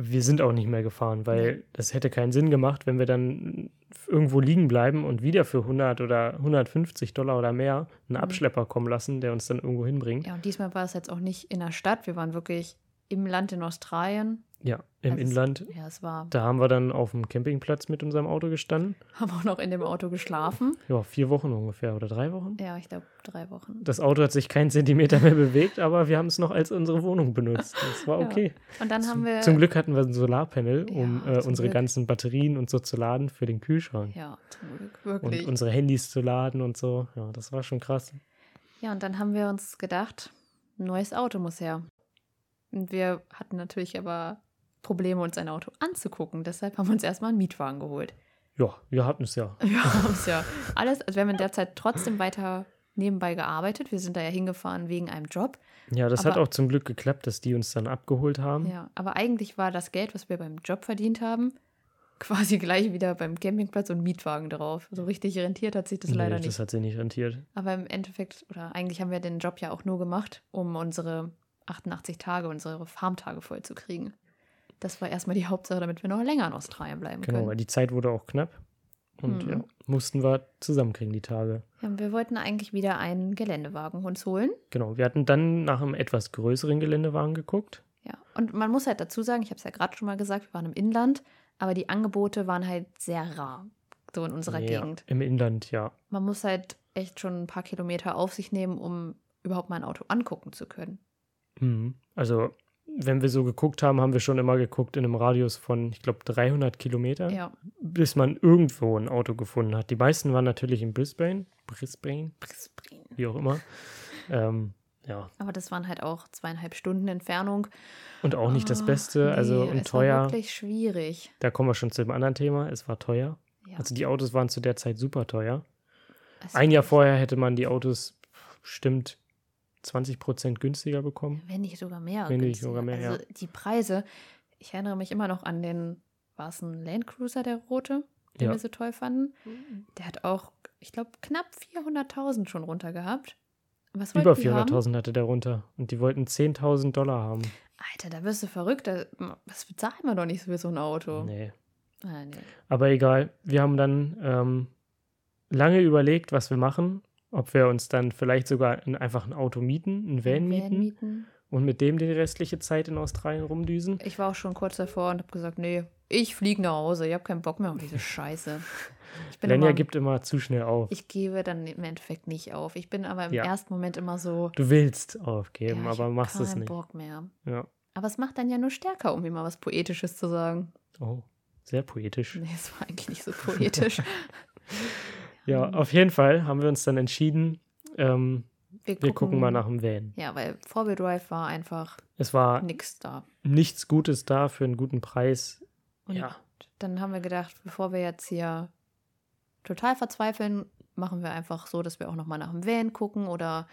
wir sind auch nicht mehr gefahren, weil das hätte keinen Sinn gemacht, wenn wir dann irgendwo liegen bleiben und wieder für 100 oder 150 Dollar oder mehr
Mhm.
einen Abschlepper kommen lassen, der uns dann irgendwo hinbringt. Ja,
Ja, und diesmal war es jetzt auch nicht in der Stadt, wir waren wirklich im Land in Australien.
im
Also es-
Inland.
Ja, es war,
Da haben wir dann auf dem Campingplatz mit unserem Auto gestanden.
[laughs] haben auch noch in dem Auto geschlafen.
Ja, vier Wochen ungefähr oder drei Wochen.
Ja, ich glaube drei Wochen.
Das Auto hat sich keinen Zentimeter mehr bewegt, aber wir haben es noch als unsere Wohnung benutzt. Das war
Ja.
okay.
Und dann haben wir.
Zum Glück hatten wir ein Solarpanel, um
Ja,
äh,
zum
unsere
Glück.
ganzen Batterien und so zu laden für den Kühlschrank.
Ja, zum Glück,
und
wirklich.
unsere Handys zu laden und so. Ja, das war schon krass.
ja, und dann haben wir uns gedacht, ein neues Auto muss her. Und wir hatten natürlich aber Probleme, uns ein Auto anzugucken. Deshalb haben wir uns erstmal einen Mietwagen geholt. [laughs]
Ja, wir hatten es ja.
Wir haben es ja alles. Also, wir haben in der Zeit trotzdem weiter nebenbei gearbeitet. Wir sind da ja hingefahren wegen einem Job.
Ja, das hat
Aber-
auch zum Glück geklappt, dass die uns dann abgeholt haben.
Ja, aber eigentlich war das Geld, was wir beim Job verdient haben, [laughs] quasi gleich wieder beim Campingplatz und Mietwagen drauf. So richtig rentiert hat sich das
Nee,
leider nicht.
das hat sie nicht rentiert.
Aber im Endeffekt, oder eigentlich haben wir den Job ja auch nur gemacht, um unsere 88 Tage, unsere Farmtage vollzukriegen. Das war erstmal die Hauptsache, damit wir noch länger in Australien bleiben
Genau, weil
können.
die Zeit wurde auch knapp. Und
Mhm.
ja, mussten wir zusammenkriegen, die Tage.
Ja, und wir wollten eigentlich wieder einen Geländewagen uns holen.
Genau, wir hatten dann nach einem etwas größeren Geländewagen geguckt.
Ja. Und man muss halt dazu sagen, ich habe es ja gerade schon mal gesagt, wir waren im Inland, aber die Angebote waren halt sehr rar, so in unserer
ja,
Gegend.
Im Inland, ja.
Man muss halt echt schon ein paar Kilometer auf sich nehmen, um überhaupt mal ein Auto angucken zu können.
Mhm. Also, wenn wir so geguckt haben, haben wir schon immer geguckt in einem Radius von, ich glaube, 300 Kilometer,
Ja.
bis man irgendwo ein Auto gefunden hat. Die meisten waren natürlich in Brisbane. Brisbane? wie auch immer. Ähm, ja,
Aber das waren halt auch zweieinhalb Stunden Entfernung.
und auch nicht das
Ah,
Beste, also
nee,
und
es war
teuer.
wirklich schwierig.
Da kommen wir schon zu dem anderen Thema. Es war teuer.
Ja,
Also die Autos waren zu der Zeit super teuer.
es
Ein Jahr
war-
vorher hätte man die Autos bestimmt 20 Prozent günstiger bekommen.
Wenn nicht sogar mehr.
Wenn nicht
günstiger.
sogar mehr,
Also die Preise, ich erinnere mich immer noch an den, war es ein Land Cruiser, der rote, den
Ja.
wir so toll fanden. Der hat auch ich glaube, knapp 400.000 schon runter gehabt. Was wollten
Über
die haben?
400.000 hatte der runter. Und die wollten 10.000 Dollar haben.
Alter, da wirst du verrückt. Da, was bezahlt man doch nicht für so ein Auto?
Nee.
Ah, nee.
Aber egal, wir haben dann ähm, lange überlegt, was wir machen. Ob wir uns dann vielleicht sogar ein, einfach ein Auto mieten, ein Van mieten und mit dem die restliche Zeit in Australien rumdüsen.
Ich war auch schon kurz davor und habe gesagt, nee, ich fliege nach Hause. Ich habe keinen Bock mehr auf diese Scheiße. Ich bin
Lenja
immer,
gibt immer zu schnell auf.
ich gebe dann im Endeffekt nicht auf. Ich bin aber im
Ja.
ersten Moment immer so,
Du willst
ja,
aufgeben,
ich
aber
hab
machst es
keinen
nicht.
Bock mehr.
Ja.
Aber es macht dann ja nur stärker, um mir mal was Poetisches zu sagen. [laughs]
Oh, sehr poetisch.
Nee, es war eigentlich nicht so
[laughs]
poetisch.
Ja, auf jeden Fall haben wir uns dann entschieden, ähm, wir gucken mal nach Ah. dem Van.
Ja, weil Four-Wheel Drive war einfach
Es war
nix da.
nichts Gutes da für einen guten Preis.
Und
Ja.
dann haben wir gedacht, bevor wir jetzt hier total verzweifeln, machen wir einfach so, dass wir auch nochmal nach dem Van gucken oder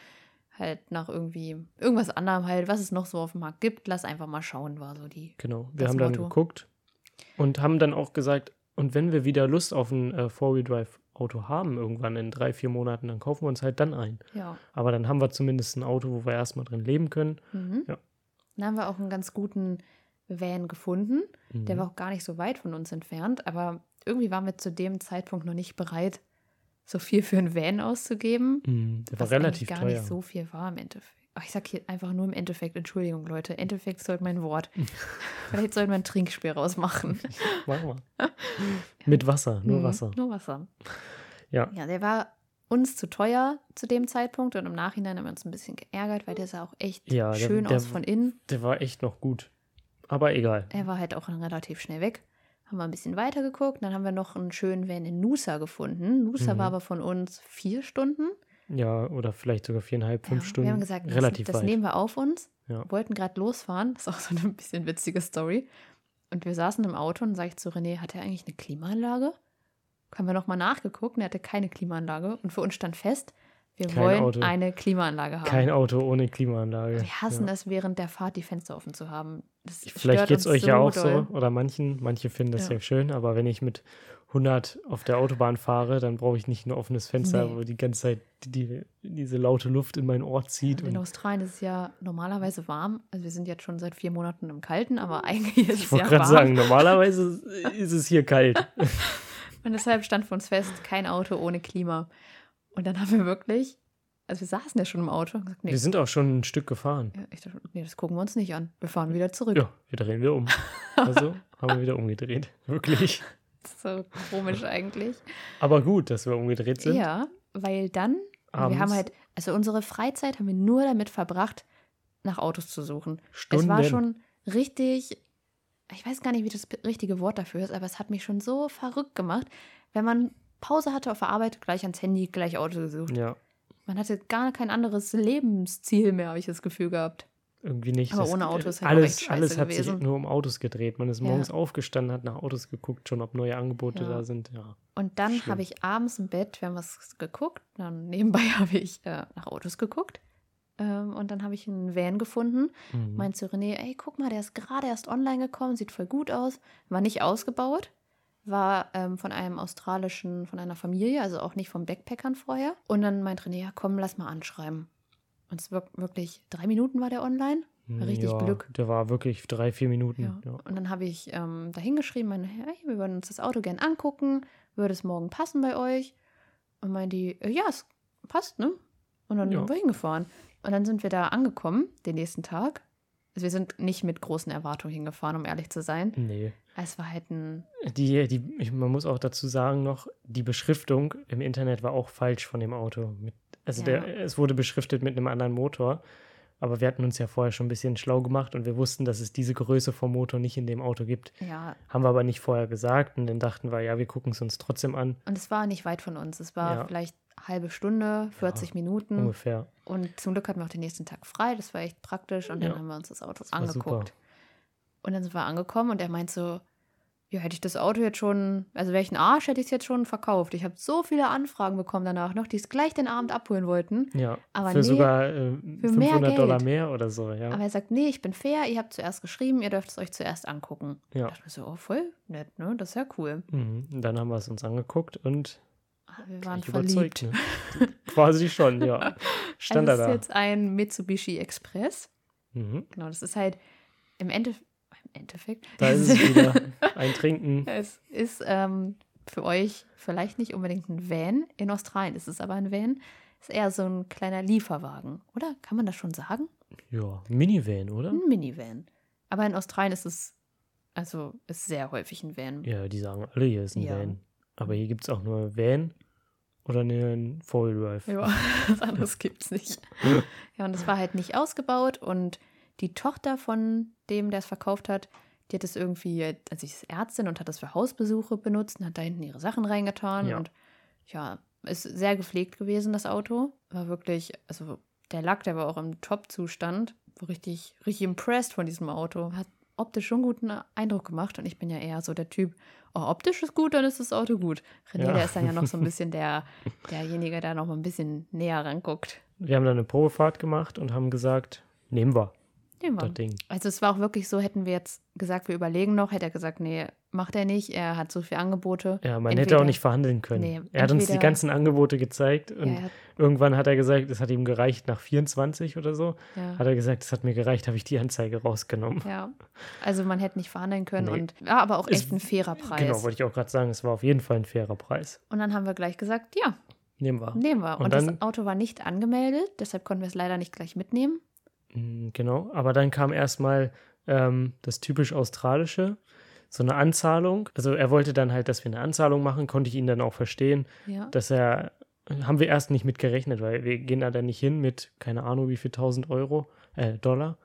halt nach irgendwie irgendwas anderem halt, was es noch so auf dem Markt gibt. Lass einfach mal schauen, war so die.
Genau, wir
Das
haben dann
Motto.
geguckt und haben dann auch gesagt, und wenn wir wieder Lust auf ein äh, Four-Wheel-Drive-Auto haben, irgendwann in drei, vier Monaten, dann kaufen wir uns halt dann ein.
Ja.
Aber dann haben wir zumindest ein Auto, wo wir erstmal drin leben können.
Mhm.
Ja.
Dann haben wir auch einen ganz guten Van gefunden.
Mhm.
Der war auch gar nicht so weit von uns entfernt, aber irgendwie waren wir zu dem Zeitpunkt noch nicht bereit, so viel für einen Van auszugeben.
Mhm, der war
was eigentlich
relativ
gar
teuer.
nicht so viel war im Endeffekt. Ach, ich sag hier einfach nur im Endeffekt, Entschuldigung, Leute. Endeffekt ist heute mein
[laughs]
Wort. Vielleicht sollte man ein Trinkspiel rausmachen. [laughs]
Machen wir. Mit Wasser, [laughs] nur
Mhm,
Wasser.
Nur Wasser.
Ja.
Ja, der war uns zu teuer zu dem Zeitpunkt und im Nachhinein haben wir uns ein bisschen geärgert, weil der sah auch echt
Ja, der-
schön
der-
aus von innen.
Der war echt noch gut. Aber egal.
Er war halt auch dann relativ schnell weg. Haben wir ein bisschen weiter geguckt, dann haben wir noch einen schönen Van in Nusa gefunden. Nusa
Mhm.
war aber von uns vier Stunden.
Ja, oder vielleicht sogar viereinhalb, fünf
Ja,
Stunden.
Wir haben gesagt, das,
relativ
das
weit.
nehmen wir auf uns.
Ja.
Wollten gerade losfahren. Das ist auch so eine bisschen witzige Story. Und wir saßen im Auto und sage ich zu René, hat er eigentlich eine Klimaanlage? Haben wir nochmal nachgeguckt und er hatte keine Klimaanlage. Und für uns stand fest, wir
Kein
wollen
Auto.
eine Klimaanlage haben.
Kein Auto ohne Klimaanlage.
wir hassen
ja.
es, während der Fahrt die Fenster offen zu haben. Das
Vielleicht
stört
geht es
uns
euch ja auch
doll.
so oder manchen. Manche finden das ja.
Ja.
schön, aber wenn ich mit 100 auf der Autobahn fahre, dann brauche ich nicht ein offenes Fenster,
Nee.
wo die ganze Zeit die, die, diese laute Luft in mein Ohr zieht.
In
und
Australien ist es ja normalerweise warm. Also wir sind jetzt schon seit vier Monaten im Kalten, aber eigentlich ist
ich
es
wollte
ja
gerade
warm.
sagen,
[laughs]
normalerweise ist es hier kalt.
Und deshalb stand für uns fest, kein Auto ohne Klima. Und dann haben wir wirklich, also wir saßen ja schon im Auto und gesagt, nee,
Wir sind auch schon ein Stück gefahren.
ja, ich dachte, nee das gucken wir uns nicht an. Wir fahren wieder zurück.
Ja, wir drehen
[laughs]
wir um. Also haben wir wieder umgedreht. [laughs] Wirklich.
Das ist So komisch eigentlich.
Aber gut, dass wir umgedreht sind.
Ja, weil dann,
Abends
wir haben halt, also unsere Freizeit haben wir nur damit verbracht, nach Autos zu suchen.
Stunden.
Es war schon richtig, ich weiß gar nicht, wie das richtige Wort dafür ist, aber es hat mich schon so verrückt gemacht, wenn man Pause hatte auf der Arbeit, gleich ans Handy, gleich Auto gesucht.
ja,
Man hatte gar kein anderes Lebensziel mehr, habe ich das Gefühl gehabt.
irgendwie nicht.
Aber ohne Auto ist halt auch echt
alles,
scheiße
alles hat sich
gewesen.
nur um Autos gedreht. Man ist morgens
Ja.
aufgestanden, hat nach Autos geguckt, schon ob neue Angebote
Ja.
da sind. Ja.
Und dann
Schlimm.
habe ich abends im Bett, wir haben was geguckt, dann nebenbei [laughs] habe ich äh, nach Autos geguckt. Ähm, und dann habe ich einen Van gefunden.
Mhm.
Meinte zu René, ey, guck mal, der ist gerade erst online gekommen, sieht voll gut aus. War nicht ausgebaut, war ähm, von einem australischen, von einer Familie, also auch nicht von Backpackern vorher. Und dann meint René, ja, komm, lass mal anschreiben. Und es war wirklich, drei Minuten war der online. richtig
Mhm. ja,
Glück.
Der war wirklich drei, vier Minuten.
Ja.
Hm, Ja.
Und dann habe ich ähm, da hingeschrieben, meine, hey, wir würden uns das Auto gern angucken, würde es morgen passen bei euch? Und meinen die, äh, ja, es passt, ne? Und dann
Ja.
sind wir hingefahren. Und dann sind wir da angekommen, den nächsten Tag. Also wir sind nicht mit großen Erwartungen hingefahren, um ehrlich zu sein.
Nee.
Es war halt ein,
Die, die, ich, man muss auch dazu sagen noch, die Beschriftung im Internet war auch falsch von dem Auto. Mit, also
Ja.
der, es wurde beschriftet mit einem anderen Motor. Aber wir hatten uns ja vorher schon ein bisschen schlau gemacht und wir wussten, dass es diese Größe vom Motor nicht in dem Auto gibt.
ja,
Haben wir aber nicht vorher gesagt und dann dachten wir, ja, wir gucken es uns trotzdem an.
und es war nicht weit von uns. Es war
Ja.
vielleicht halbe Stunde, 40 Minuten.
Ungefähr.
Und zum Glück hatten wir auch den nächsten Tag frei. Das war echt praktisch. Und
Ja.
dann haben wir uns das Auto
war super.
angeguckt. Und dann sind wir angekommen und er meint so, ja, hätte ich das Auto jetzt schon, also welchen Arsch hätte ich es jetzt schon verkauft? Ich habe so viele Anfragen bekommen danach noch, die es gleich den Abend abholen wollten.
Ja.
Aber
für
nee,
sogar äh,
für
500
mehr
Dollar
Geld.
mehr oder so. Ja.
Aber er sagt, nee, ich bin fair, ihr habt zuerst geschrieben, ihr dürft es euch zuerst angucken.
Ja.
Ich dachte mir so, oh, voll nett, ne? Das ist ja cool.
Mhm. Und Dann haben wir es uns angeguckt und
Ah, Wir waren
Gleich
verliebt.
ne? Quasi schon, ja.
[laughs]
Stand
Also es
er
ist
da.
jetzt ein Mitsubishi Express.
Mhm.
Genau, das ist halt im, Ende, im Endeffekt.
Da
[laughs]
ist es wieder. Ein Trinken.
es ist ähm, für euch vielleicht nicht unbedingt ein Van. In Australien ist es aber ein Van. Ist eher so ein kleiner Lieferwagen, oder? Kann man das schon sagen?
Ja, Minivan, oder?
Ein Minivan. Aber in Australien ist es, also ist sehr häufig ein Van.
Ja, die sagen alle, hier ist ein
Ja.
Van. Aber hier gibt es auch nur Van oder einen Four-Wheel-Drive.
Ja, [laughs] was anderes gibt's nicht. Ja, und das war halt nicht ausgebaut und die Tochter von dem, der es verkauft hat, die hat es irgendwie, also sie ist Ärztin und hat das für Hausbesuche benutzt und hat da hinten ihre Sachen reingetan
Ja.
und ja, ist sehr gepflegt gewesen, das Auto. War wirklich, also der Lack, der war auch im Top-Zustand. War richtig, richtig impressed von diesem Auto. Hat optisch schon guten Eindruck gemacht und ich bin ja eher so der Typ, oh, optisch ist gut, dann ist das Auto gut. René,
Ja.
der ist dann ja noch
[laughs]
so ein bisschen der, derjenige, der noch mal ein bisschen näher ranguckt.
Wir haben dann eine Probefahrt gemacht und haben gesagt, nehmen wir
Nehmen wir.
das Ding.
Also es war auch wirklich so, hätten wir jetzt gesagt, wir überlegen noch, hätte er gesagt, nee, macht er nicht, er hat so viele Angebote.
Ja, man hätte
Entweder-
auch nicht verhandeln können.
Nee,
er hat uns die
entweder-
ganzen Angebote gezeigt und
ja,
irgendwann hat er gesagt, es hat ihm gereicht nach 24 oder so.
ja,
Hat er gesagt, es hat mir gereicht, habe ich die Anzeige rausgenommen.
ja. Also man hätte nicht verhandeln können
Nee.
und war aber auch
Es-
echt ein fairer Preis.
Genau, wollte ich auch gerade sagen, es war auf jeden Fall ein fairer Preis.
und dann haben wir gleich gesagt, ja,
Nehmen wir.
nehmen wir. Und,
Und dann-
das Auto war nicht angemeldet, deshalb konnten wir es leider nicht gleich mitnehmen.
Mm, Genau, aber dann kam erstmal ähm, das typisch Australische, so eine Anzahlung. Also er wollte dann halt, dass wir eine Anzahlung machen, konnte ich ihn dann auch verstehen,
Ja.
dass er, haben wir erst nicht mit gerechnet, weil wir gehen da dann nicht hin mit, keine Ahnung wie viel, 1000 Euro, äh, Dollar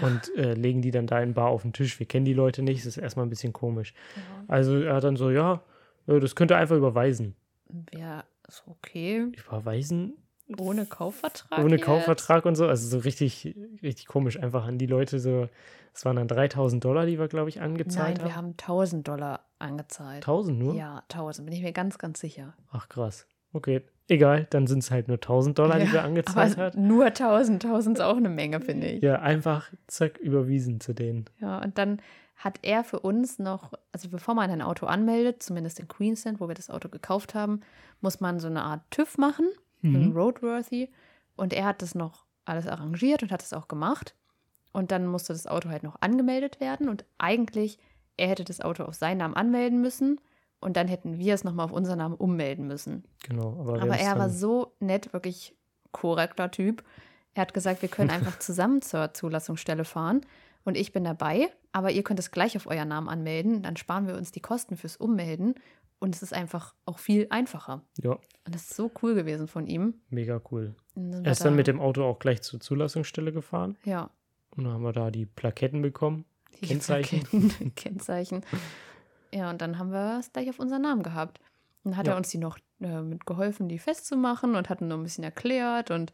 und äh, legen die dann da in Bar auf den Tisch. Wir kennen die Leute nicht, es ist erstmal ein bisschen komisch.
ja.
Also er hat dann so, ja, äh, das könnte einfach überweisen.
Ja, ist okay.
Überweisen?
Ohne Kaufvertrag.
Ohne
jetzt.
Kaufvertrag und so. Also so richtig, richtig komisch einfach an die Leute so. Es waren dann 3000 Dollar, die wir, glaube ich, angezahlt
Nein, wir haben 1000 Dollar angezahlt.
1000 nur?
Ja, 1000, bin ich mir ganz, ganz sicher.
Ach krass. Okay. Egal, dann sind es halt nur 1000 Dollar, die
Ja,
wir angezahlt
Aber
hat.
nur 1000, 1000 ist auch eine Menge, finde ich. Ja.
Ja, einfach zack, überwiesen zu denen.
und dann hat er für uns noch, also bevor man ein Auto anmeldet, zumindest in Queensland, wo wir das Auto gekauft haben, muss man so eine Art TÜV machen, so ein
Mhm.
Roadworthy. Und er hat das noch alles arrangiert und hat es auch gemacht. Und dann musste das Auto halt noch angemeldet werden. Und eigentlich, er hätte das Auto auf seinen Namen anmelden müssen. Und dann hätten wir es nochmal auf unseren Namen ummelden müssen.
Genau. Aber, wir
Aber
haben's
er war
dann-
so nett, wirklich korrekter Typ. Er hat gesagt, wir können
[laughs]
einfach zusammen zur Zulassungsstelle fahren und ich bin dabei, aber ihr könnt es gleich auf euren Namen anmelden, dann sparen wir uns die Kosten fürs Ummelden und es ist einfach auch viel einfacher.
Ja,
Und das ist so cool gewesen von ihm.
mega cool.
Und sind
Er
wir
ist dann
da-
mit dem Auto auch gleich zur Zulassungsstelle gefahren
ja,
und dann haben wir da die Plaketten bekommen.
die
Kennzeichen.
Plaketten- [laughs] Kennzeichen. Ja, und dann haben wir es gleich auf unseren Namen gehabt. Und dann hat
Ja.
er uns die noch äh, mitgeholfen, die festzumachen und hat nur ein bisschen erklärt und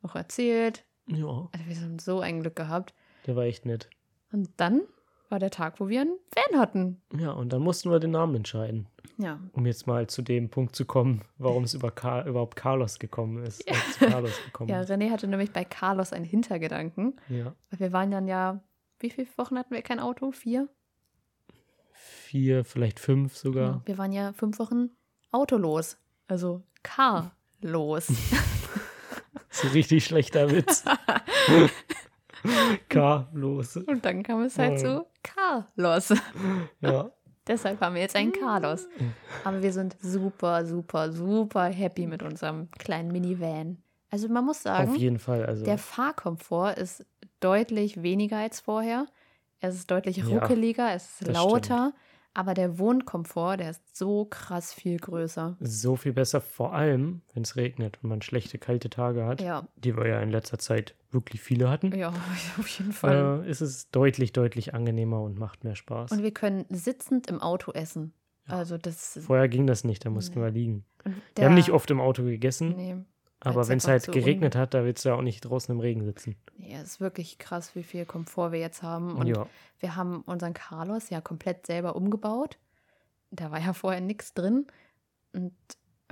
noch erzählt.
Ja,
Also wir haben so ein Glück gehabt.
der war echt nett.
Und dann war der Tag, wo wir einen Van hatten.
Ja, und dann mussten wir den Namen entscheiden.
Ja.
um jetzt mal zu dem Punkt zu kommen, warum es über Car überhaupt Carlos gekommen ist. Als Carlos gekommen
Ja,
ja. Ist.
René hatte nämlich bei Carlos einen Hintergedanken.
ja.
Weil Wir waren dann ja, wie viele Wochen hatten wir kein Auto? Vier?
Vier, vielleicht fünf sogar.
Wir waren ja fünf Wochen autolos. Also carlos.
Das ist ein richtig schlechter
[laughs]
Witz. Carlos.
Und dann kam es halt
Ja.
zu Carlos. [laughs]
Ja.
Deshalb haben wir jetzt einen Carlos.
Hm.
Aber wir sind super, super, super happy mit unserem kleinen Minivan. Also man muss sagen,
Auf jeden Fall. Also,
Der Fahrkomfort ist deutlich weniger als vorher. Es ist deutlich
Ja,
ruckeliger, es ist
das
lauter. Aber der Wohnkomfort, der ist so krass viel größer.
so viel besser, vor allem, wenn es regnet und man schlechte, kalte Tage hat,
Ja,
die wir ja in letzter Zeit wirklich viele hatten,
ja, [laughs] auf jeden Fall.
äh, ist es deutlich, deutlich angenehmer und macht mehr Spaß.
Und wir können sitzend im Auto essen. Also das
Vorher ging das nicht, da mussten
Nee.
wir liegen.
und
wir haben nicht oft im Auto gegessen,
Nee,
aber
weil's
wenn es
einfach
halt
zu
geregnet hat, da willst du ja auch nicht draußen im Regen sitzen.
nee, es ist wirklich krass, wie viel Komfort wir jetzt haben. Und
ja,
wir haben unseren Carlos ja komplett selber umgebaut. Da war ja vorher nichts drin. Und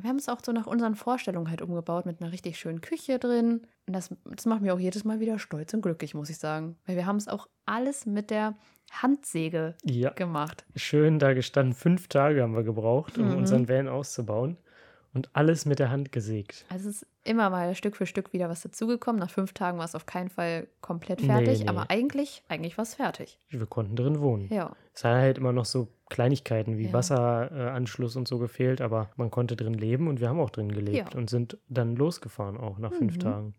wir haben es auch so nach unseren Vorstellungen halt umgebaut mit einer richtig schönen Küche drin. Und das, das macht mir auch jedes Mal wieder stolz und glücklich, muss ich sagen. Weil wir haben es auch alles mit der Handsäge
ja,
gemacht.
schön da gestanden. Fünf Tage haben wir gebraucht, um
Mhm.
unseren Van auszubauen. und alles mit der Hand gesägt.
Also es ist immer mal Stück für Stück wieder was dazugekommen. Nach fünf Tagen war es auf keinen Fall komplett
Nee,
fertig,
nee.
aber eigentlich, eigentlich war es fertig.
Wir konnten drin wohnen.
Ja.
Es hat halt immer noch so Kleinigkeiten wie
Ja.
Wasseranschluss und so gefehlt, aber man konnte drin leben und wir haben auch drin gelebt
Ja.
und sind dann losgefahren auch nach fünf
Mhm.
Tagen.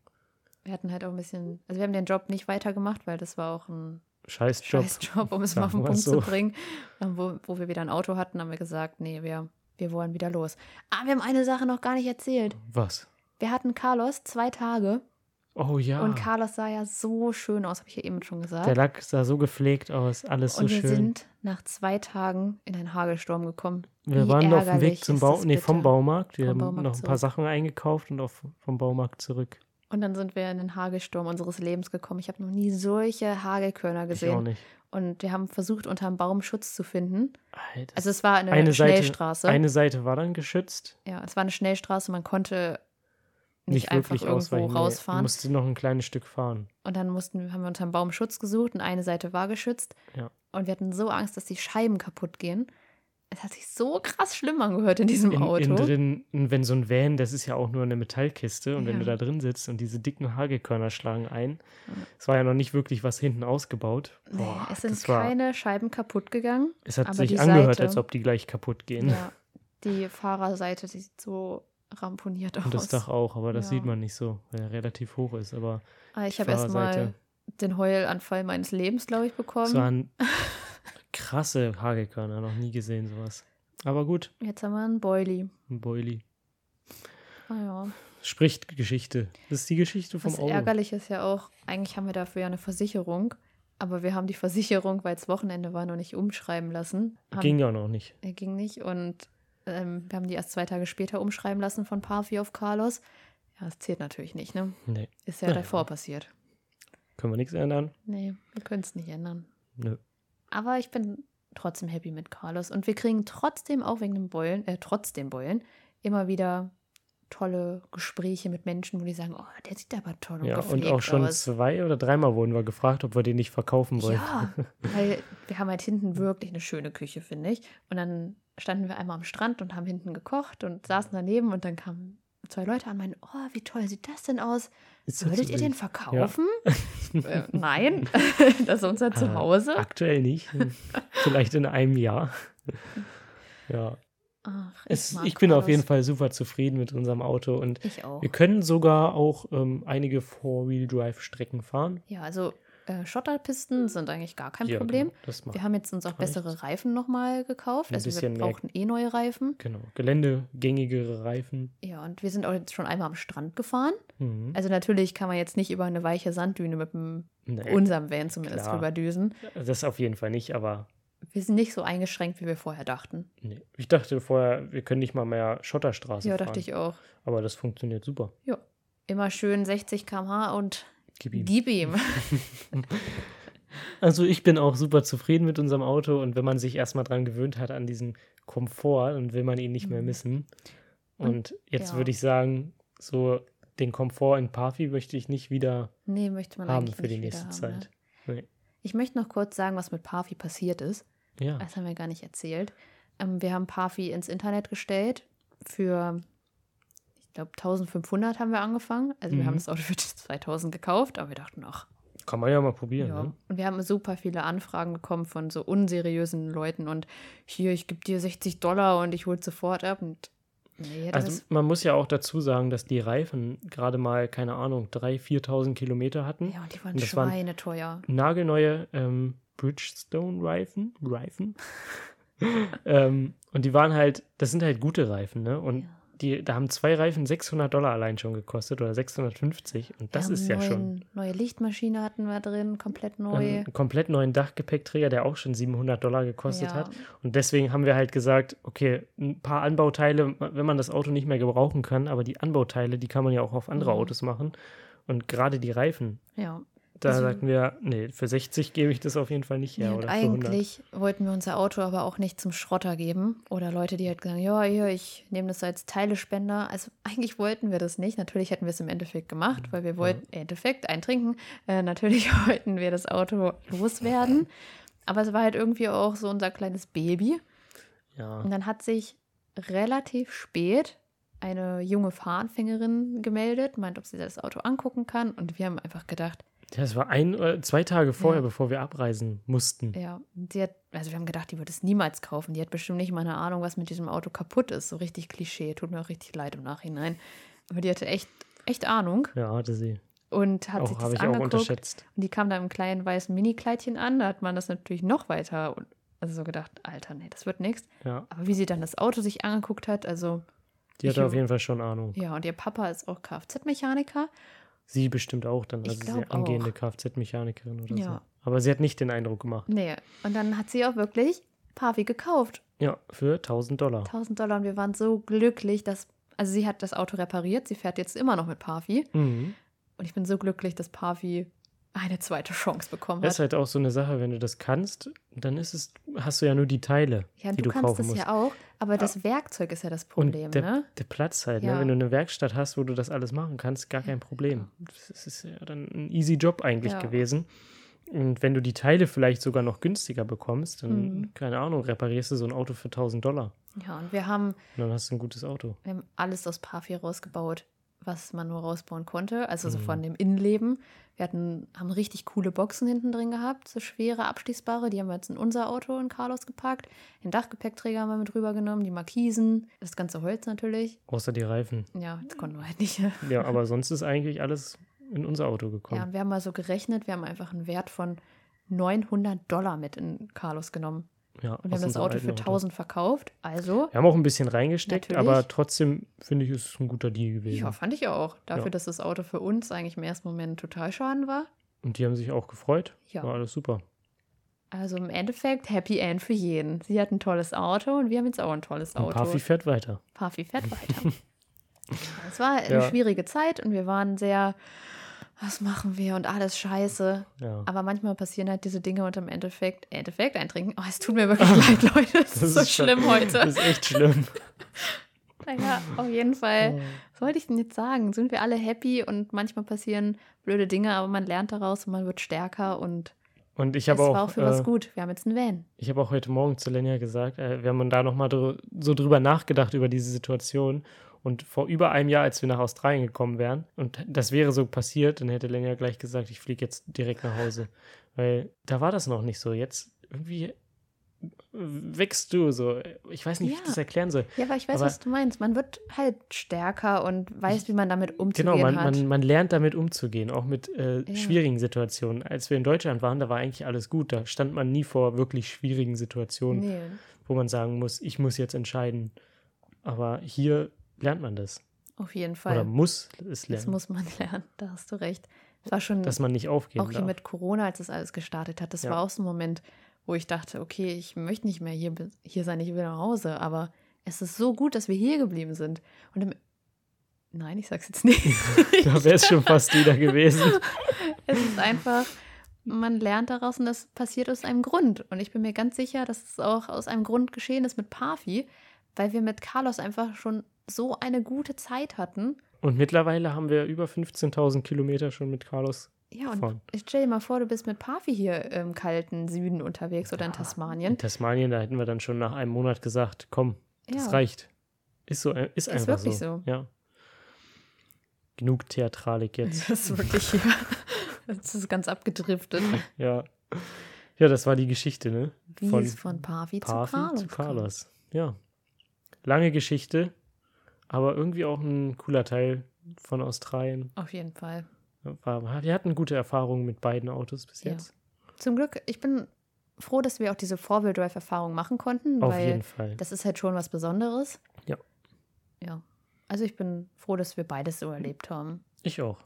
Wir hatten halt auch ein bisschen, also wir haben den Job nicht weitergemacht, weil das war auch ein
Scheiß Job.
Scheißjob, um es mal auf den
Sagen wir
Punkt zu
so.
bringen. Und wo, wo wir wieder ein Auto hatten, haben wir gesagt, nee, wir, wir wollen wieder los. Ah, wir haben eine Sache noch gar nicht erzählt.
Was?
Wir hatten Carlos zwei Tage
Oh ja.
und Carlos sah ja so schön aus, habe ich ja eben schon gesagt.
der Lack sah so gepflegt aus, alles so
und wir
schön.
sind nach zwei Tagen in einen Hagelsturm gekommen.
wir
wie
waren auf dem
ärgerlich
Weg zum
ist
Bau
das
nee,
bitte?
vom Baumarkt. Wir
Vom
haben
Baumarkt
noch ein paar
zurück.
Sachen eingekauft und auf, vom Baumarkt zurück.
Und dann sind wir in den Hagelsturm unseres Lebens gekommen. Ich habe noch nie solche Hagelkörner
Ich auch
gesehen.
nicht.
Und wir haben versucht, unter einem Baum Schutz zu finden.
Alter,
Also es war eine,
Eine Seite-
Schnellstraße.
eine Seite war dann geschützt.
ja, es war eine Schnellstraße. Man konnte nicht,
Nicht,
einfach
wirklich
irgendwo
ausweichen. nee.
rausfahren.
Musste noch ein kleines Stück fahren.
Und dann mussten, haben wir unterm Baum Schutz gesucht und eine Seite war geschützt.
Ja.
Und wir hatten so Angst, dass die Scheiben kaputt gehen. Es hat sich so krass schlimm angehört in diesem
in,
Auto.
in drin, und wenn so ein Van, das ist ja auch nur eine Metallkiste und wenn du
Ja.
da drin sitzt und diese dicken Hagelkörner schlagen ein,
Ja.
es war ja noch nicht wirklich was hinten ausgebaut. Boah,
nee, es sind
das war,
keine Scheiben kaputt gegangen.
es hat
aber die
sich angehört,
Seite-
als ob die gleich kaputt gehen.
Ja, die Fahrerseite, die sieht so ramponiert aus.
Und das Dach auch, aber das
Ja.
sieht man nicht so, weil er relativ hoch ist. Aber
Ah, ich
die
habe
Fahrerseite.
erstmal den Heulanfall meines Lebens, glaube ich,
es
bekommen.
waren krasse Hagelkörner, noch nie gesehen sowas. Aber gut,
Jetzt haben wir einen Boilie.
ein Boilie.
Ah, ja.
Spricht Geschichte. Das ist die Geschichte vom
Was
Auto.
ärgerlich ist ja auch, eigentlich haben wir dafür ja eine Versicherung, aber wir haben die Versicherung, weil es Wochenende war, noch nicht umschreiben lassen. Haben,
Ging ja auch noch nicht.
äh, ging nicht und ähm, wir haben die erst zwei Tage später umschreiben lassen von Parfi auf Carlos. Ja, das zählt natürlich nicht, ne?
Nee,
Ist ja
Naja.
davor passiert.
können wir nichts ändern?
Nee, wir können es nicht ändern.
Nö.
Aber ich bin trotzdem happy mit Carlos und wir kriegen trotzdem auch wegen dem Beulen, äh, trotzdem Beulen, immer wieder tolle Gespräche mit Menschen, wo die sagen, oh, der sieht aber toll und
Ja, und
gepflegt
auch schon
aus.
zwei oder dreimal wurden wir gefragt, ob wir den nicht verkaufen wollen.
Ja, weil wir haben halt hinten wirklich eine schöne Küche, finde ich. Und dann standen wir einmal am Strand und haben hinten gekocht und saßen daneben und dann kamen zwei Leute an und meinen, oh, wie toll sieht das denn aus?
Ist das
Würdet
so
ihr den
süß?
verkaufen? [laughs] Äh, nein, das ist unser
Äh,
Zuhause.
Aktuell nicht. Hm. Vielleicht in einem Jahr. [laughs] Ja,
Ach,
es,
mag
ich bin auf
Carlos.
jeden Fall super zufrieden mit unserem Auto und
Ich auch.
wir können sogar auch ähm, einige Four-Wheel-Drive-Strecken fahren.
Ja, also äh, Schotterpisten sind eigentlich gar kein
Ja,
Problem.
genau, Das macht.
Wir haben jetzt uns auch
Gar nichts.
bessere Reifen nochmal gekauft.
Ein
Also wir
bisschen mehr-
brauchten eh neue Reifen.
Genau. Geländegängigere Reifen.
Ja, und wir sind auch jetzt schon einmal am Strand gefahren.
Mhm.
Also natürlich kann man jetzt nicht über eine weiche Sanddüne mit dem
Nee,
unserem Van zumindest
klar.
drüber düsen.
das auf jeden Fall nicht, aber
Wir sind nicht so eingeschränkt, wie wir vorher dachten.
nee. ich dachte vorher, wir können nicht mal mehr Schotterstraße
ja,
fahren.
dachte ich auch.
Aber das funktioniert super.
Immer schön 60 km/h und
Gib ihm.
gib ihm.
[laughs]
[laughs]
Also ich bin auch super zufrieden mit unserem Auto und wenn man sich erstmal dran gewöhnt hat an diesen Komfort, dann will man ihn nicht mehr
Mhm.
missen.
Und-
Und jetzt
ja.
würde ich sagen, so den Komfort in Parfi möchte ich nicht wieder
Nee, möchte man
haben
eigentlich
für die
nicht wieder
nächste
haben,
Zeit.
Ne? Ich möchte noch kurz sagen, was mit Parfi passiert ist.
Ja,
Das haben wir gar nicht erzählt. Ähm, wir haben Parfi ins Internet gestellt für, ich glaube, 1500 haben wir angefangen. Also wir
Mhm.
haben das Auto für [laughs] 2000 gekauft, aber wir dachten, ach,
kann man ja mal probieren.
Ja.
Ne?
Und wir haben super viele Anfragen bekommen von so unseriösen Leuten und hier, ich gebe dir 60 Dollar und ich hole sofort ab. Und nee, das
Also man muss ja auch dazu sagen, dass die Reifen gerade mal, keine Ahnung, 3.000, 4.000 Kilometer hatten.
ja, und die waren
hm? das waren-
schweineteuer.
Nagelneue ähm, Bridgestone-Reifen. Reifen. [laughs] ähm, und die waren halt, das sind halt gute Reifen, ne? Und
Ja.
die, da haben zwei Reifen 600 Dollar allein schon gekostet oder 650 und das
Wir
ist
haben
ja schon
neuen- Neue Lichtmaschine hatten wir drin, komplett neu.
ähm, einen komplett neuen Dachgepäckträger, der auch schon 700 Dollar gekostet
ja.
hat. Und deswegen haben wir halt gesagt, okay, ein paar Anbauteile, wenn man das Auto nicht mehr gebrauchen kann, aber die Anbauteile, die kann man ja auch auf andere
Mhm.
Autos machen. Und gerade die Reifen,
Ja.
da
Also-
sagten wir, nee, für 60 gebe ich das auf jeden Fall nicht her.
ja und
oder für 100.
eigentlich wollten wir unser Auto aber auch nicht zum Schrotter geben oder Leute, die halt sagen, ja, hier, ich nehme das als Teilespender. Also [laughs] eigentlich wollten wir das nicht. Natürlich hätten wir es im Endeffekt gemacht, weil wir wollten, äh, Endeffekt, eintrinken. Äh, natürlich [laughs] wollten wir das Auto loswerden. Aber es war halt irgendwie auch so unser kleines Baby.
Ja.
Und dann hat sich relativ spät eine junge Fahranfängerin gemeldet, meint, ob sie das Auto angucken kann. Und wir haben einfach gedacht,
Das war ein, äh, zwei Tage vorher,
Ja.
bevor wir abreisen mussten.
ja, die hat, also wir haben gedacht, die würde es niemals kaufen. Die hat bestimmt nicht mal eine Ahnung, was mit diesem Auto kaputt ist. So richtig Klischee, tut mir auch richtig leid im Nachhinein. Aber die hatte echt, echt Ahnung
Ja, hatte sie.
und hat sich
Auch
das
habe ich auch
angeguckt.
unterschätzt.
Und die kam da im kleinen weißen Mini-Kleidchen an. Da hat man das natürlich noch weiter und also so gedacht, Alter, nee, das wird nichts.
Ja,
Aber wie sie dann das Auto sich angeguckt hat, also
die
Ich
hatte auf
über-
jeden Fall schon Ahnung.
ja, und ihr Papa ist auch Kfz-Mechaniker.
Sie bestimmt auch dann,
Ich
also sie
glaub
angehende
auch.
Kfz-Mechanikerin oder
Ja.
so. Aber sie hat nicht den Eindruck gemacht.
Nee, und dann hat sie auch wirklich Pavi gekauft.
Ja, für 1000 Dollar.
1000 Dollar und wir waren so glücklich, dass. Also, sie hat das Auto repariert, sie fährt jetzt immer noch mit Pavi.
Mhm.
Und ich bin so glücklich, dass Pavi eine zweite Chance bekommen
Das ist
hat.
halt auch so eine Sache, wenn du das kannst, dann ist es, hast du ja nur die Teile,
Ja, und
die
du
du,
kannst
kaufen
das
musst.
ja auch, aber das Werkzeug ist ja das Problem,
Und der,
ne?
der Platz halt,
Ja.
ne? wenn du eine Werkstatt hast, wo du das alles machen kannst, gar kein Problem. Das ist ja dann ein easy Job eigentlich
Ja.
gewesen. Und wenn du die Teile vielleicht sogar noch günstiger bekommst, dann,
Mhm.
keine Ahnung, reparierst du so ein Auto für 1000 Dollar.
Ja, und wir haben,
Und dann hast du ein gutes Auto.
wir haben alles aus Pavi rausgebaut, was man nur rausbauen konnte. Also so
Mhm.
von dem Innenleben. Wir hatten, haben richtig coole Boxen hinten drin gehabt, so schwere, abschließbare. Die haben wir jetzt in unser Auto in Carlos gepackt. Den Dachgepäckträger haben wir mit rübergenommen, die Markisen, das ganze Holz natürlich.
Außer die Reifen.
Ja, das konnten wir halt nicht. [laughs] ne?
Ja, aber sonst ist eigentlich alles in unser Auto
Ja,
gekommen.
und wir haben mal so gerechnet, wir haben einfach einen Wert von 900 Dollar mit in Carlos genommen.
Ja,
Und wir haben
aus
das
unserem
Auto
alten
für 1000 verkauft. Also,
Wir haben auch ein bisschen reingesteckt,
Natürlich.
aber trotzdem finde ich, ist es ein guter Deal gewesen.
ja, fand ich auch. Dafür,
Ja.
dass das Auto für uns eigentlich im ersten Moment total schaden war.
Und die haben sich auch gefreut.
Ja.
War alles super.
Also im Endeffekt Happy End für jeden. Sie hat ein tolles Auto und wir haben jetzt auch ein tolles
Und
Auto.
Parfi fährt weiter.
Puffy
[laughs]
fährt weiter. es war eine
Ja.
schwierige Zeit und wir waren sehr, was machen wir und alles scheiße.
Ja.
Aber manchmal passieren halt diese Dinge und im Endeffekt, Endeffekt eintrinken. Oh, es tut mir
[laughs]
wirklich leid, Leute. Es ist, so
schon-
schlimm
[laughs] Das
heute.
ist echt
[laughs]
schlimm.
Naja, auf jeden Fall. Was wollte ich denn jetzt sagen? Sind wir alle happy und manchmal passieren blöde Dinge, aber man lernt daraus und man wird stärker und
Und ich
es
habe
war
auch,
auch für was
äh,
gut. Wir haben jetzt einen Van.
ich habe auch heute Morgen zu Lenja gesagt, äh, wir haben da nochmal dr so drüber nachgedacht über diese Situation. Und vor über einem Jahr, als wir nach Australien gekommen wären, und das wäre so passiert, dann hätte Lenja gleich gesagt, ich fliege jetzt direkt nach Hause. Weil da war das noch nicht so. Jetzt irgendwie wächst du so. Ich weiß nicht, wie ich
Ja.
das erklären soll.
Ja, aber ich weiß,
Aber-
was du meinst. Man wird halt stärker und weiß, wie man damit umzugehen
Genau, man,
hat.
man, man lernt damit umzugehen, auch mit äh,
Ja.
schwierigen Situationen. Als wir in Deutschland waren, da war eigentlich alles gut. Da stand man nie vor wirklich schwierigen Situationen,
nee.
wo man sagen muss, ich muss jetzt entscheiden. Aber hier lernt man das.
Auf jeden
Oder
Fall.
muss es
Das
lernen,
muss man [laughs] lernen, da hast du recht. Es war schon
dass man nicht aufgeben
auch hier
darf.
mit Corona, als das alles gestartet hat, das
Genau. Ja.
war auch so ein Moment, wo ich dachte, okay, ich möchte nicht mehr hier, be- hier sein, ich will nach Hause. Aber es ist so gut, dass wir hier geblieben sind. Und im Nein, ich sag's jetzt nicht.
[laughs] [laughs] da wäre es schon fast wieder gewesen.
[laughs] Es ist einfach, man lernt daraus und das passiert aus einem Grund. Und ich bin mir ganz sicher, dass es auch aus einem Grund geschehen ist mit Pafi, weil wir mit Carlos einfach schon so eine gute Zeit hatten.
Und mittlerweile haben wir über 15.000 Kilometer schon mit Carlos.
Ja, und
Voll.
ich stell dir mal vor, du bist mit Pafi hier im kalten Süden unterwegs oder in
Ja,
Tasmanien.
In Tasmanien, da hätten wir dann schon nach einem Monat gesagt, komm, das
ja,
reicht. Ist so, äh, ist einfach
wirklich so.
Ja. Genug Theatralik
[laughs]
jetzt.
das ist wirklich hier. Das ist ganz abgedriftet,
Ja. Ja, das war die Geschichte, ne?
wie
Von
es von Pafi zu
Parfi
Carlos.
zu
kam.
Carlos. Ja. Lange Geschichte, aber irgendwie auch ein cooler Teil von Australien.
Auf jeden Fall.
War, wir hatten gute Erfahrungen mit beiden Autos bis
Ja.
jetzt.
Zum Glück, ich bin froh, dass wir auch diese Four-Wheel-Drive-Erfahrung machen konnten,
Auf
weil
jeden Fall.
Das ist halt schon was Besonderes.
Ja.
Ja. Also ich bin froh, dass wir beides überlebt haben.
Ich auch.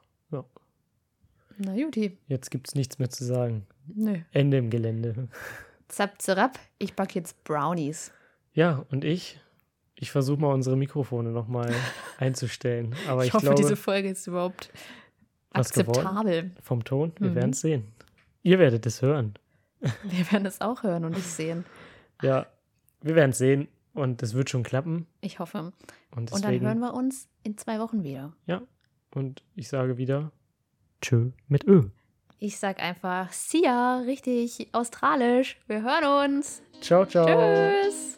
Na Juti.
Jetzt gibt's nichts mehr zu sagen.
Nö.
Ende im Gelände. [laughs]
Zap, zerab. Ich backe jetzt Brownies.
Ja, und ich? Ich versuche mal unsere Mikrofone
[laughs]
nochmal einzustellen. Aber ich,
ich hoffe,
glaube,
diese Folge ist überhaupt
Was geworden?
akzeptabel.
vom Ton, wir
Mhm.
werden's sehen. Ihr werdet es hören.
Wir werden es auch hören und nicht sehen.
Ja, wir werden es sehen und es wird schon klappen.
Ich hoffe.
Und,
Und dann
deswegen,
hören wir uns in zwei Wochen wieder.
Ja, und ich sage wieder Tschö mit Ö.
Ich sag einfach, see ya, richtig australisch. Wir hören uns.
Ciao, ciao.
Tschüss.